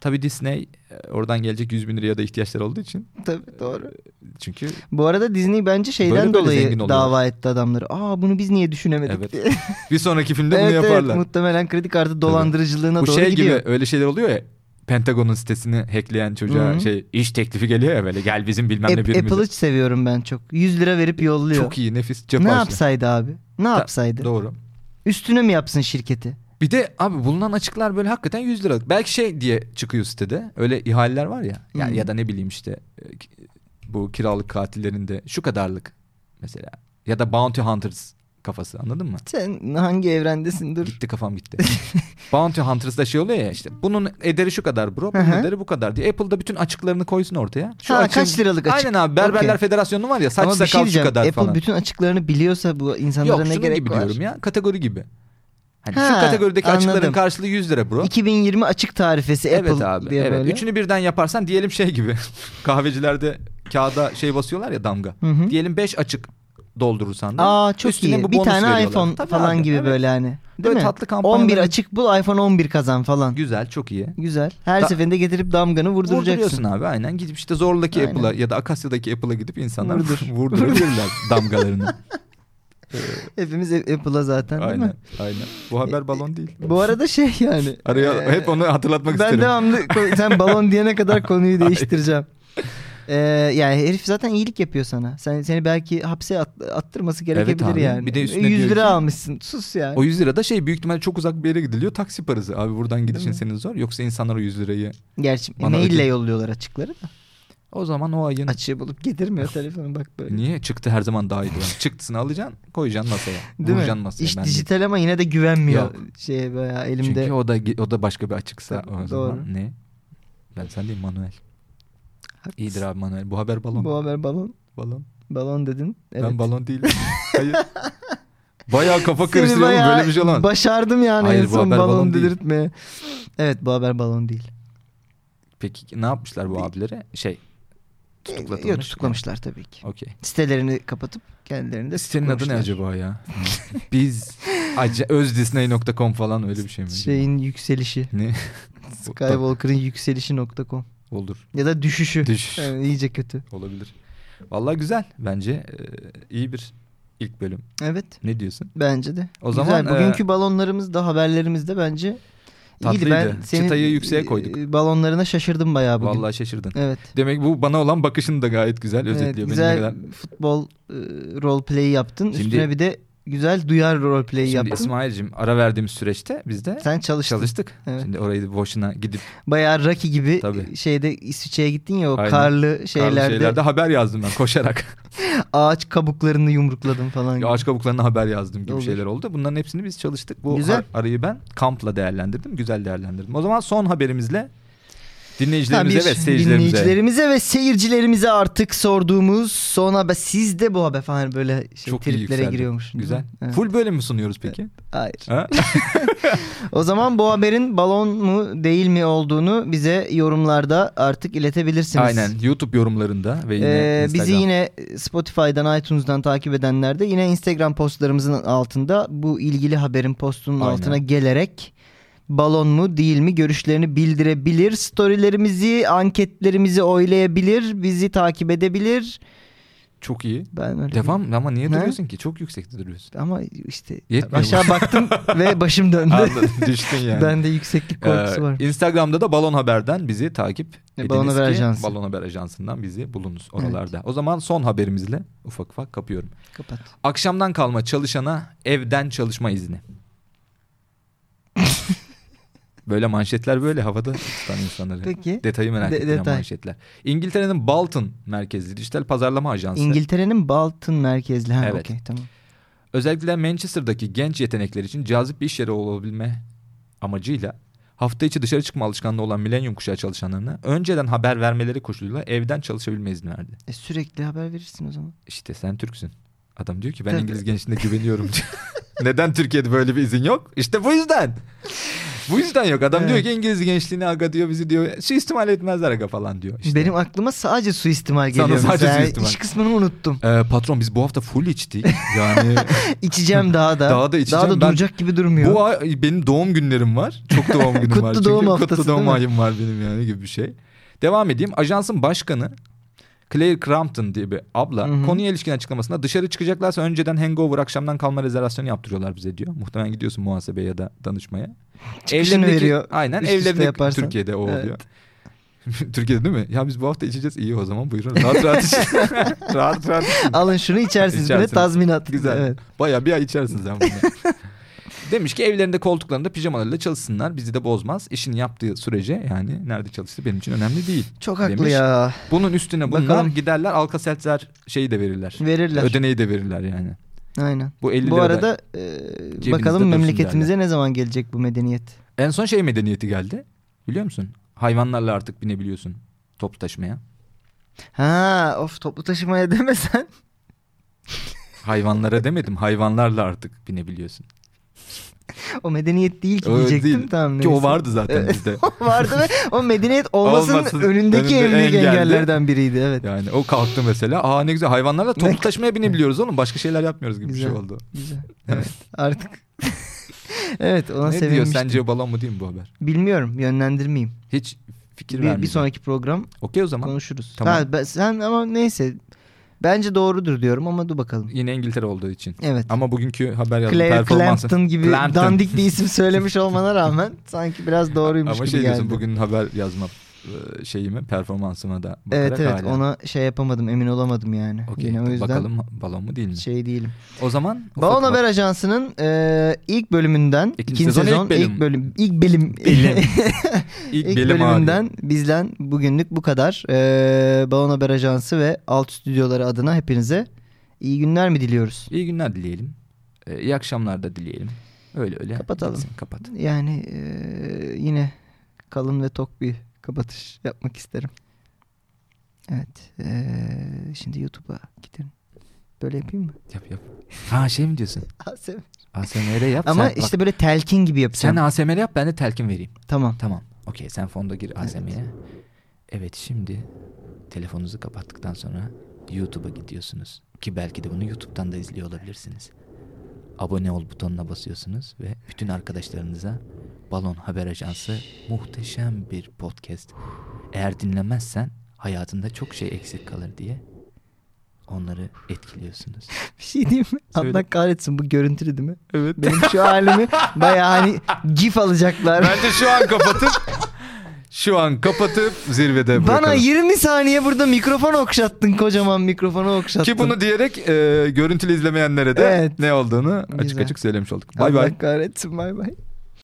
[SPEAKER 2] Tabii Disney e, oradan gelecek 100 bin liraya da ihtiyaçları olduğu için.
[SPEAKER 1] Tabii doğru.
[SPEAKER 2] Çünkü
[SPEAKER 1] Bu arada Disney bence şeyden
[SPEAKER 2] Böyle böyle zengin
[SPEAKER 1] dolayı
[SPEAKER 2] oluyorlar.
[SPEAKER 1] dava etti adamları. Aa bunu biz niye düşünemedik
[SPEAKER 2] Evet.
[SPEAKER 1] diye.
[SPEAKER 2] bir sonraki filmde
[SPEAKER 1] evet,
[SPEAKER 2] bunu
[SPEAKER 1] evet
[SPEAKER 2] yaparlar.
[SPEAKER 1] muhtemelen kredi kartı dolandırıcılığına
[SPEAKER 2] Bu
[SPEAKER 1] doğru
[SPEAKER 2] şey
[SPEAKER 1] gidiyor.
[SPEAKER 2] gibi öyle şeyler oluyor ya. Pentagon'un sitesini hackleyen çocuğa
[SPEAKER 1] Hı hı.
[SPEAKER 2] şey iş teklifi geliyor ya böyle gel bizim bilmem ne
[SPEAKER 1] App-
[SPEAKER 2] birimize.
[SPEAKER 1] Apple'ı seviyorum ben çok. 100 lira verip yolluyor.
[SPEAKER 2] Çok iyi nefis
[SPEAKER 1] ne
[SPEAKER 2] cep harçlığı.
[SPEAKER 1] yapsaydı abi? Ne yapsaydı?
[SPEAKER 2] Doğru.
[SPEAKER 1] Üstüne mi yapsın şirketi?
[SPEAKER 2] Bir de abi bulunan açıklar böyle hakikaten 100 liralık. Belki şey diye çıkıyor sitede. Öyle ihaleler var ya. Ya,
[SPEAKER 1] Hı.
[SPEAKER 2] ya da ne bileyim işte e, ki- bu kiralık katillerinde şu kadarlık mesela. Ya da Bounty Hunters kafası anladın mı?
[SPEAKER 1] Sen hangi evrendesin dur.
[SPEAKER 2] Gitti kafam gitti. Bounty Hunters'da şey oluyor ya işte bunun ederi şu kadar bro, bunun
[SPEAKER 1] Hı hı.
[SPEAKER 2] ederi bu kadar diye. Apple'da bütün açıklarını koysun ortaya. Şu
[SPEAKER 1] Ha,
[SPEAKER 2] açığın-
[SPEAKER 1] kaç liralık açık?
[SPEAKER 2] Aynen abi Berberler
[SPEAKER 1] Okey.
[SPEAKER 2] Federasyonu var ya saç
[SPEAKER 1] Ama bir şey
[SPEAKER 2] sakal şu
[SPEAKER 1] diyeceğim.
[SPEAKER 2] kadar
[SPEAKER 1] Apple
[SPEAKER 2] falan.
[SPEAKER 1] bütün açıklarını biliyorsa bu insanlara
[SPEAKER 2] Yok
[SPEAKER 1] ne
[SPEAKER 2] şunun
[SPEAKER 1] gerek
[SPEAKER 2] gibi
[SPEAKER 1] var?
[SPEAKER 2] diyorum ya kategori gibi. Hani şu
[SPEAKER 1] Ha,
[SPEAKER 2] kategorideki açıkların
[SPEAKER 1] anladım.
[SPEAKER 2] karşılığı 100 lira bro.
[SPEAKER 1] 2020 açık tarifesi
[SPEAKER 2] Evet
[SPEAKER 1] Apple
[SPEAKER 2] abi.
[SPEAKER 1] diye
[SPEAKER 2] evet.
[SPEAKER 1] böyle.
[SPEAKER 2] Üçünü birden yaparsan diyelim şey gibi. kahvecilerde kağıda şey basıyorlar ya damga.
[SPEAKER 1] Hı hı.
[SPEAKER 2] Diyelim 5 açık doldurursan da.
[SPEAKER 1] Aa çok
[SPEAKER 2] üstüne
[SPEAKER 1] iyi.
[SPEAKER 2] bu
[SPEAKER 1] bir
[SPEAKER 2] bonus
[SPEAKER 1] tane
[SPEAKER 2] veriyorlar.
[SPEAKER 1] iPhone
[SPEAKER 2] Tabii
[SPEAKER 1] falan
[SPEAKER 2] abi,
[SPEAKER 1] gibi
[SPEAKER 2] evet.
[SPEAKER 1] böyle hani. Değil
[SPEAKER 2] Böyle
[SPEAKER 1] mi?
[SPEAKER 2] tatlı kampanyaların-
[SPEAKER 1] 11 açık bul iPhone 11 kazan falan.
[SPEAKER 2] Güzel, çok iyi.
[SPEAKER 1] Güzel. Her
[SPEAKER 2] Ta-
[SPEAKER 1] seferinde getirip damganı
[SPEAKER 2] Vurduruyorsun
[SPEAKER 1] vurduracaksın.
[SPEAKER 2] abi aynen. Gidip işte Zorlu'daki
[SPEAKER 1] Aynen.
[SPEAKER 2] Apple'a ya da Akasya'daki Apple'a gidip insanlar
[SPEAKER 1] Vurdur.
[SPEAKER 2] vurdurabilirler damgalarını.
[SPEAKER 1] Hepimiz A- Apple'a zaten değil
[SPEAKER 2] aynen,
[SPEAKER 1] mi? E,
[SPEAKER 2] aynen. Bu haber balon değil.
[SPEAKER 1] Bu arada şey yani.
[SPEAKER 2] Araya
[SPEAKER 1] e,
[SPEAKER 2] hep onu hatırlatmak
[SPEAKER 1] ben
[SPEAKER 2] isterim.
[SPEAKER 1] devamlı ko- sen balon diyene kadar konuyu değiştireceğim. Ee, yani herif zaten iyilik yapıyor sana. Sen seni belki hapse at- attırması gerekebilir
[SPEAKER 2] abi.
[SPEAKER 1] yani.
[SPEAKER 2] Bir de üstüne
[SPEAKER 1] 100
[SPEAKER 2] diyor
[SPEAKER 1] lira
[SPEAKER 2] ki-
[SPEAKER 1] almışsın. Sus yani.
[SPEAKER 2] O 100 lira da şey büyük ihtimalle çok uzak bir yere gidiliyor. Taksi parası. Abi buradan gidişin
[SPEAKER 1] mi?
[SPEAKER 2] senin zor. Yoksa insanlar o 100 lirayı.
[SPEAKER 1] Gerçi
[SPEAKER 2] Bana
[SPEAKER 1] maille
[SPEAKER 2] ödül-
[SPEAKER 1] yolluyorlar açıkları da.
[SPEAKER 2] O zaman o ayın
[SPEAKER 1] Açığı bulup getirmiyor telefonu bak böyle.
[SPEAKER 2] Niye? Çıktı her zaman daha iyi. diyor. Çıktısını alacaksın, koyacaksın masaya.
[SPEAKER 1] Değil
[SPEAKER 2] vuracaksın
[SPEAKER 1] mi?
[SPEAKER 2] masaya.
[SPEAKER 1] İş
[SPEAKER 2] ben
[SPEAKER 1] dijital ama yine de güvenmiyor.
[SPEAKER 2] Yok.
[SPEAKER 1] Şeye bayağı
[SPEAKER 2] de-
[SPEAKER 1] elimde.
[SPEAKER 2] Çünkü o da o da başka bir açıksa
[SPEAKER 1] Tabii,
[SPEAKER 2] o zaman
[SPEAKER 1] doğru.
[SPEAKER 2] ne? Ben sen değil Manuel.
[SPEAKER 1] Haklısın.
[SPEAKER 2] İyidir abi Manuel. Bu haber balon.
[SPEAKER 1] Bu haber balon.
[SPEAKER 2] balon.
[SPEAKER 1] Balon dedin. Evet.
[SPEAKER 2] Ben balon değilim. Hayır. Bayağı kafa
[SPEAKER 1] Seni
[SPEAKER 2] karıştırıyor oğlum,
[SPEAKER 1] bayağı
[SPEAKER 2] böyle bir şey olan.
[SPEAKER 1] Başardım yani
[SPEAKER 2] Hayır,
[SPEAKER 1] en
[SPEAKER 2] bu
[SPEAKER 1] son
[SPEAKER 2] haber
[SPEAKER 1] balon,
[SPEAKER 2] balon değil.
[SPEAKER 1] delirtmeye. Evet bu haber balon değil.
[SPEAKER 2] Peki ne yapmışlar bu abilere? Şey tutuklatılmış.
[SPEAKER 1] Yok tutuklamışlar tabii ki.
[SPEAKER 2] Okey.
[SPEAKER 1] Sitelerini kapatıp kendilerini de
[SPEAKER 2] Sitenin adı ne
[SPEAKER 1] tutuklamışlar.
[SPEAKER 2] acaba ya? Biz aca- özdisney.com falan öyle bir şey mi?
[SPEAKER 1] Şeyin yükselişi.
[SPEAKER 2] Ne?
[SPEAKER 1] Skywalker'ın yükselişi.com
[SPEAKER 2] Olur.
[SPEAKER 1] ya da düşüşü.
[SPEAKER 2] Düşüş.
[SPEAKER 1] Yani iyice kötü.
[SPEAKER 2] Olabilir. Vallahi güzel. Bence e, iyi bir ilk bölüm.
[SPEAKER 1] Evet.
[SPEAKER 2] Ne diyorsun?
[SPEAKER 1] Bence de.
[SPEAKER 2] O
[SPEAKER 1] Güzel.
[SPEAKER 2] zaman, e,
[SPEAKER 1] bugünkü balonlarımız da haberlerimiz de bence
[SPEAKER 2] Tatlıydı.
[SPEAKER 1] iyiydi. Ben senin
[SPEAKER 2] Çıtayı yükseğe koyduk.
[SPEAKER 1] e, Balonlarına şaşırdım bayağı bugün.
[SPEAKER 2] Vallahi şaşırdın.
[SPEAKER 1] Evet.
[SPEAKER 2] Demek bu bana olan bakışın da gayet güzel özetliyor.
[SPEAKER 1] Evet,
[SPEAKER 2] beni ne
[SPEAKER 1] güzel
[SPEAKER 2] kadar-
[SPEAKER 1] futbol e, role play yaptın.
[SPEAKER 2] Şimdi-
[SPEAKER 1] Üstüne bir de güzel duyar role play
[SPEAKER 2] Şimdi
[SPEAKER 1] yaptın.
[SPEAKER 2] İsmail'cim ara verdiğimiz süreçte biz de
[SPEAKER 1] Sen çalıştın.
[SPEAKER 2] çalıştık.
[SPEAKER 1] Evet.
[SPEAKER 2] Şimdi orayı boşuna gidip
[SPEAKER 1] Bayağı Rocky gibi
[SPEAKER 2] Tabii.
[SPEAKER 1] şeyde İsviçre'ye gittin ya o
[SPEAKER 2] Aynen.
[SPEAKER 1] karlı
[SPEAKER 2] şeylerde...
[SPEAKER 1] şeylerde
[SPEAKER 2] şeylerde haber yazdım ben koşarak.
[SPEAKER 1] ağaç kabuklarını yumrukladın falan. gibi.
[SPEAKER 2] Ya Ağaç kabuklarına haber yazdım gibi
[SPEAKER 1] Olur.
[SPEAKER 2] şeyler oldu. Bunların hepsini biz çalıştık. Bu
[SPEAKER 1] Güzel.
[SPEAKER 2] ar- arayı ben kampla değerlendirdim. Güzel değerlendirdim. O zaman son haberimizle
[SPEAKER 1] Ha,
[SPEAKER 2] dinleyicilerimize
[SPEAKER 1] bir
[SPEAKER 2] ve seyircilerimize.
[SPEAKER 1] dinleyicilerimize ve seyircilerimize artık sorduğumuz son haber. Siz de bu haber falan böyle şey,
[SPEAKER 2] Çok iyi
[SPEAKER 1] triplere
[SPEAKER 2] yükseldi.
[SPEAKER 1] giriyormuş. değil
[SPEAKER 2] Güzel.
[SPEAKER 1] mi? Evet.
[SPEAKER 2] Full bölüm mü sunuyoruz peki?
[SPEAKER 1] Hayır.
[SPEAKER 2] Ha?
[SPEAKER 1] O zaman bu haberin balon mu değil mi olduğunu bize yorumlarda artık iletebilirsiniz.
[SPEAKER 2] Aynen. YouTube yorumlarında ve yine
[SPEAKER 1] Ee,
[SPEAKER 2] Instagram.
[SPEAKER 1] bizi yine Spotify'dan, iTunes'dan takip edenler de yine Instagram postlarımızın altında bu ilgili haberin postunun
[SPEAKER 2] Aynen.
[SPEAKER 1] altına gelerek balon mu değil mi görüşlerini bildirebilir. Storylerimizi, anketlerimizi oylayabilir, bizi takip edebilir.
[SPEAKER 2] Çok iyi.
[SPEAKER 1] Ben öyle
[SPEAKER 2] Devam ama niye
[SPEAKER 1] Ne?
[SPEAKER 2] duruyorsun ki? Çok yüksekte duruyorsun.
[SPEAKER 1] Ama işte
[SPEAKER 2] Yetmiyor
[SPEAKER 1] aşağı baktım ve başım döndü.
[SPEAKER 2] Anladım. Düştün yani.
[SPEAKER 1] Bende yükseklik korkusu
[SPEAKER 2] Ee,
[SPEAKER 1] var.
[SPEAKER 2] Instagram'da da Balon Haber'den bizi takip
[SPEAKER 1] E,
[SPEAKER 2] ediniz
[SPEAKER 1] Balon Haber
[SPEAKER 2] ki
[SPEAKER 1] Ajansı.
[SPEAKER 2] Balon Haber Ajansı'ndan bizi bulunuz oralarda. O zaman son haberimizle ufak ufak kapıyorum.
[SPEAKER 1] Kapat.
[SPEAKER 2] Akşamdan kalma çalışana evden çalışma izni. böyle manşetler böyle havada tutan insanları.
[SPEAKER 1] Peki.
[SPEAKER 2] Detayı merak
[SPEAKER 1] De-
[SPEAKER 2] ettiren
[SPEAKER 1] detay.
[SPEAKER 2] manşetler. İngiltere'nin Bolton merkezli dijital pazarlama ajansı.
[SPEAKER 1] İngiltere'nin Bolton merkezli. Ha,
[SPEAKER 2] Evet.
[SPEAKER 1] okey, tamam.
[SPEAKER 2] Özellikle Manchester'daki genç yetenekler için cazip bir iş yeri olabilme amacıyla hafta içi dışarı çıkma alışkanlığı olan milenyum kuşağı çalışanlarına önceden haber vermeleri koşuluyla evden çalışabilme izni verdi.
[SPEAKER 1] E, sürekli haber verirsin o zaman.
[SPEAKER 2] İşte sen Türksün. Adam diyor ki ben
[SPEAKER 1] Tabii.
[SPEAKER 2] İngiliz gençliğine güveniyorum. diyor. Neden Türkiye'de böyle bir izin yok? İşte bu yüzden. Bu yüzden yok. Adam diyor
[SPEAKER 1] Evet.
[SPEAKER 2] ki İngiliz gençliğine aga diyor bizi diyor. Suistimal etmezler aga falan diyor. İşte.
[SPEAKER 1] Benim aklıma sadece suistimal
[SPEAKER 2] Sana
[SPEAKER 1] geliyor.
[SPEAKER 2] sadece
[SPEAKER 1] mesela.
[SPEAKER 2] suistimal.
[SPEAKER 1] İş kısmını unuttum.
[SPEAKER 2] Ee, patron biz bu hafta full içtik. Yani
[SPEAKER 1] İçeceğim daha da.
[SPEAKER 2] Daha da içeceğim.
[SPEAKER 1] Daha da
[SPEAKER 2] Ben-
[SPEAKER 1] duracak gibi durmuyor.
[SPEAKER 2] Bu ay benim doğum günlerim var. Çok doğum günüm var.
[SPEAKER 1] Kutlu
[SPEAKER 2] çünkü.
[SPEAKER 1] doğum haftası,
[SPEAKER 2] Kutlu doğum
[SPEAKER 1] değil mi?
[SPEAKER 2] ayım var benim yani gibi bir şey. Devam edeyim. Ajansın başkanı Claire Crampton diye bir abla
[SPEAKER 1] Hı hı.
[SPEAKER 2] konuya ilişkin açıklamasında dışarı çıkacaklarsa önceden hangover akşamdan kalma rezervasyonu yaptırıyorlar bize diyor. Muhtemelen gidiyorsun muhasebeye ya da danışmaya.
[SPEAKER 1] Çıkışını veriyor.
[SPEAKER 2] Aynen
[SPEAKER 1] Üst üste
[SPEAKER 2] evlerinde
[SPEAKER 1] yaparsan.
[SPEAKER 2] Türkiye'de o
[SPEAKER 1] Evet.
[SPEAKER 2] oluyor. Türkiye'de değil mi? Ya biz bu hafta içeceğiz. iyi o zaman buyurun. Rahat rahat için. rahat rahat için.
[SPEAKER 1] Alın şunu içersiniz. Bir de
[SPEAKER 2] İçersiniz.
[SPEAKER 1] tazminat.
[SPEAKER 2] Güzel.
[SPEAKER 1] Evet.
[SPEAKER 2] Bayağı bir ay içersiniz sen bunu. Demiş ki evlerinde koltuklarında pijamalarıyla çalışsınlar. Bizi de bozmaz. İşini yaptığı sürece yani nerede çalıştı benim için önemli değil.
[SPEAKER 1] Çok haklı
[SPEAKER 2] Demiş.
[SPEAKER 1] ya.
[SPEAKER 2] Bunun üstüne bunlar
[SPEAKER 1] Bakalım.
[SPEAKER 2] giderler Alka-Seltzer şeyi de verirler.
[SPEAKER 1] Verirler.
[SPEAKER 2] Ödeneği de verirler yani.
[SPEAKER 1] Aynen.
[SPEAKER 2] Bu 50
[SPEAKER 1] Bu
[SPEAKER 2] lira da-
[SPEAKER 1] arada e,
[SPEAKER 2] cebinizde
[SPEAKER 1] bakalım
[SPEAKER 2] dursun
[SPEAKER 1] memleketimize ne zaman gelecek bu medeniyet?
[SPEAKER 2] En son şey medeniyeti geldi. Biliyor musun? Hayvanlarla artık binebiliyorsun toplu taşımaya.
[SPEAKER 1] Ha of toplu taşımaya demesen.
[SPEAKER 2] Hayvanlara demedim. Hayvanlarla artık binebiliyorsun.
[SPEAKER 1] o medeniyet değil ki
[SPEAKER 2] Öyle
[SPEAKER 1] diyecektim.
[SPEAKER 2] değil.
[SPEAKER 1] Tamam,
[SPEAKER 2] Ki o
[SPEAKER 1] neyse.
[SPEAKER 2] vardı zaten
[SPEAKER 1] Evet.
[SPEAKER 2] bizde.
[SPEAKER 1] O vardı ve o medeniyet olmasının
[SPEAKER 2] Olmasın.
[SPEAKER 1] önündeki en
[SPEAKER 2] Önünde
[SPEAKER 1] büyük
[SPEAKER 2] engeldi.
[SPEAKER 1] engellerden biriydi. Evet.
[SPEAKER 2] Yani o kalktı mesela. Aa ne güzel hayvanlarla toplu taşımaya binebiliyoruz oğlum. Başka şeyler yapmıyoruz gibi bir
[SPEAKER 1] Güzel.
[SPEAKER 2] şey oldu.
[SPEAKER 1] Güzel. Evet. Artık. evet ona
[SPEAKER 2] ne diyor
[SPEAKER 1] sevinmiştim.
[SPEAKER 2] sence balon mu değil mi bu haber?
[SPEAKER 1] Bilmiyorum yönlendirmeyeyim.
[SPEAKER 2] Hiç fikir
[SPEAKER 1] Bir,
[SPEAKER 2] vermiyor.
[SPEAKER 1] bir sonraki program
[SPEAKER 2] Okey o zaman.
[SPEAKER 1] konuşuruz.
[SPEAKER 2] Tamam.
[SPEAKER 1] Ha, ben- sen ama neyse Bence doğrudur diyorum ama dur bakalım.
[SPEAKER 2] Yine İngiltere olduğu için.
[SPEAKER 1] Evet.
[SPEAKER 2] Ama bugünkü haber yazdı
[SPEAKER 1] Claire
[SPEAKER 2] performansı.
[SPEAKER 1] Clampton gibi
[SPEAKER 2] Clampton.
[SPEAKER 1] dandik bir isim söylemiş olmana rağmen sanki biraz doğruymuş
[SPEAKER 2] Ama
[SPEAKER 1] gibi
[SPEAKER 2] şey
[SPEAKER 1] geldi.
[SPEAKER 2] diyorsun bugün haber yazma e, şeyimi performansıma da bakarak
[SPEAKER 1] evet evet
[SPEAKER 2] hala.
[SPEAKER 1] ona şey yapamadım emin olamadım yani.
[SPEAKER 2] Okey,
[SPEAKER 1] Yine o yüzden
[SPEAKER 2] Bakalım balon mu değil mi?
[SPEAKER 1] şey değilim.
[SPEAKER 2] O zaman ufak
[SPEAKER 1] Balon
[SPEAKER 2] ufak-
[SPEAKER 1] Haber Ajansı'nın e, ilk bölümünden
[SPEAKER 2] İkinci
[SPEAKER 1] ikinci
[SPEAKER 2] sezon ilk
[SPEAKER 1] sezon,
[SPEAKER 2] bölüm.
[SPEAKER 1] ilk bölüm ilk bölüm
[SPEAKER 2] Bilim. İlk,
[SPEAKER 1] İlk
[SPEAKER 2] belim
[SPEAKER 1] bölümünden
[SPEAKER 2] ağrıyor.
[SPEAKER 1] bizden bugünlük bu kadar. Ee, Balon Haber Ajansı ve Alt Stüdyoları adına hepinize iyi günler mi diliyoruz?
[SPEAKER 2] İyi günler dileyelim. Ee, iyi akşamlar da dileyelim. Öyle öyle.
[SPEAKER 1] Kapatalım.
[SPEAKER 2] Gitsin, kapat.
[SPEAKER 1] Yani ee, yine kalın ve tok bir kapatış yapmak isterim. Evet. ee, şimdi YouTube'a gidelim. Böyle yapayım mı?
[SPEAKER 2] Yap yap. Ha şey mi diyorsun?
[SPEAKER 1] ASMR.
[SPEAKER 2] ASMR yap.
[SPEAKER 1] Ama
[SPEAKER 2] sen,
[SPEAKER 1] işte
[SPEAKER 2] bak,
[SPEAKER 1] böyle telkin gibi yapacağım.
[SPEAKER 2] sen ASMR yap ben de telkin vereyim.
[SPEAKER 1] Tamam.
[SPEAKER 2] Tamam. Okey sen fonda gir ASMR'ye. Evet. şimdi telefonunuzu kapattıktan sonra YouTube'a gidiyorsunuz. Ki belki de bunu YouTube'dan da izliyor olabilirsiniz. Abone ol butonuna basıyorsunuz ve bütün arkadaşlarınıza Balon Haber Ajansı muhteşem bir podcast. Eğer dinlemezsen hayatında çok şey eksik kalır diye onları etkiliyorsunuz.
[SPEAKER 1] Bir şey diyeyim mi?
[SPEAKER 2] Söyle.
[SPEAKER 1] Allah kahretsin bu görüntülü değil mi? Evet. Benim şu halimi bayağı hani gif alacaklar.
[SPEAKER 2] Bence şu an kapatıp şu an kapatıp zirvede
[SPEAKER 1] Bana
[SPEAKER 2] bırakalım.
[SPEAKER 1] 20 saniye burada mikrofon okşattın kocaman mikrofonu okşattın.
[SPEAKER 2] Ki bunu diyerek e, görüntülü izlemeyenlere de
[SPEAKER 1] Evet.
[SPEAKER 2] ne olduğunu açık
[SPEAKER 1] Güzel.
[SPEAKER 2] açık söylemiş olduk.
[SPEAKER 1] Allah
[SPEAKER 2] Bay bay.
[SPEAKER 1] kahretsin bay bay.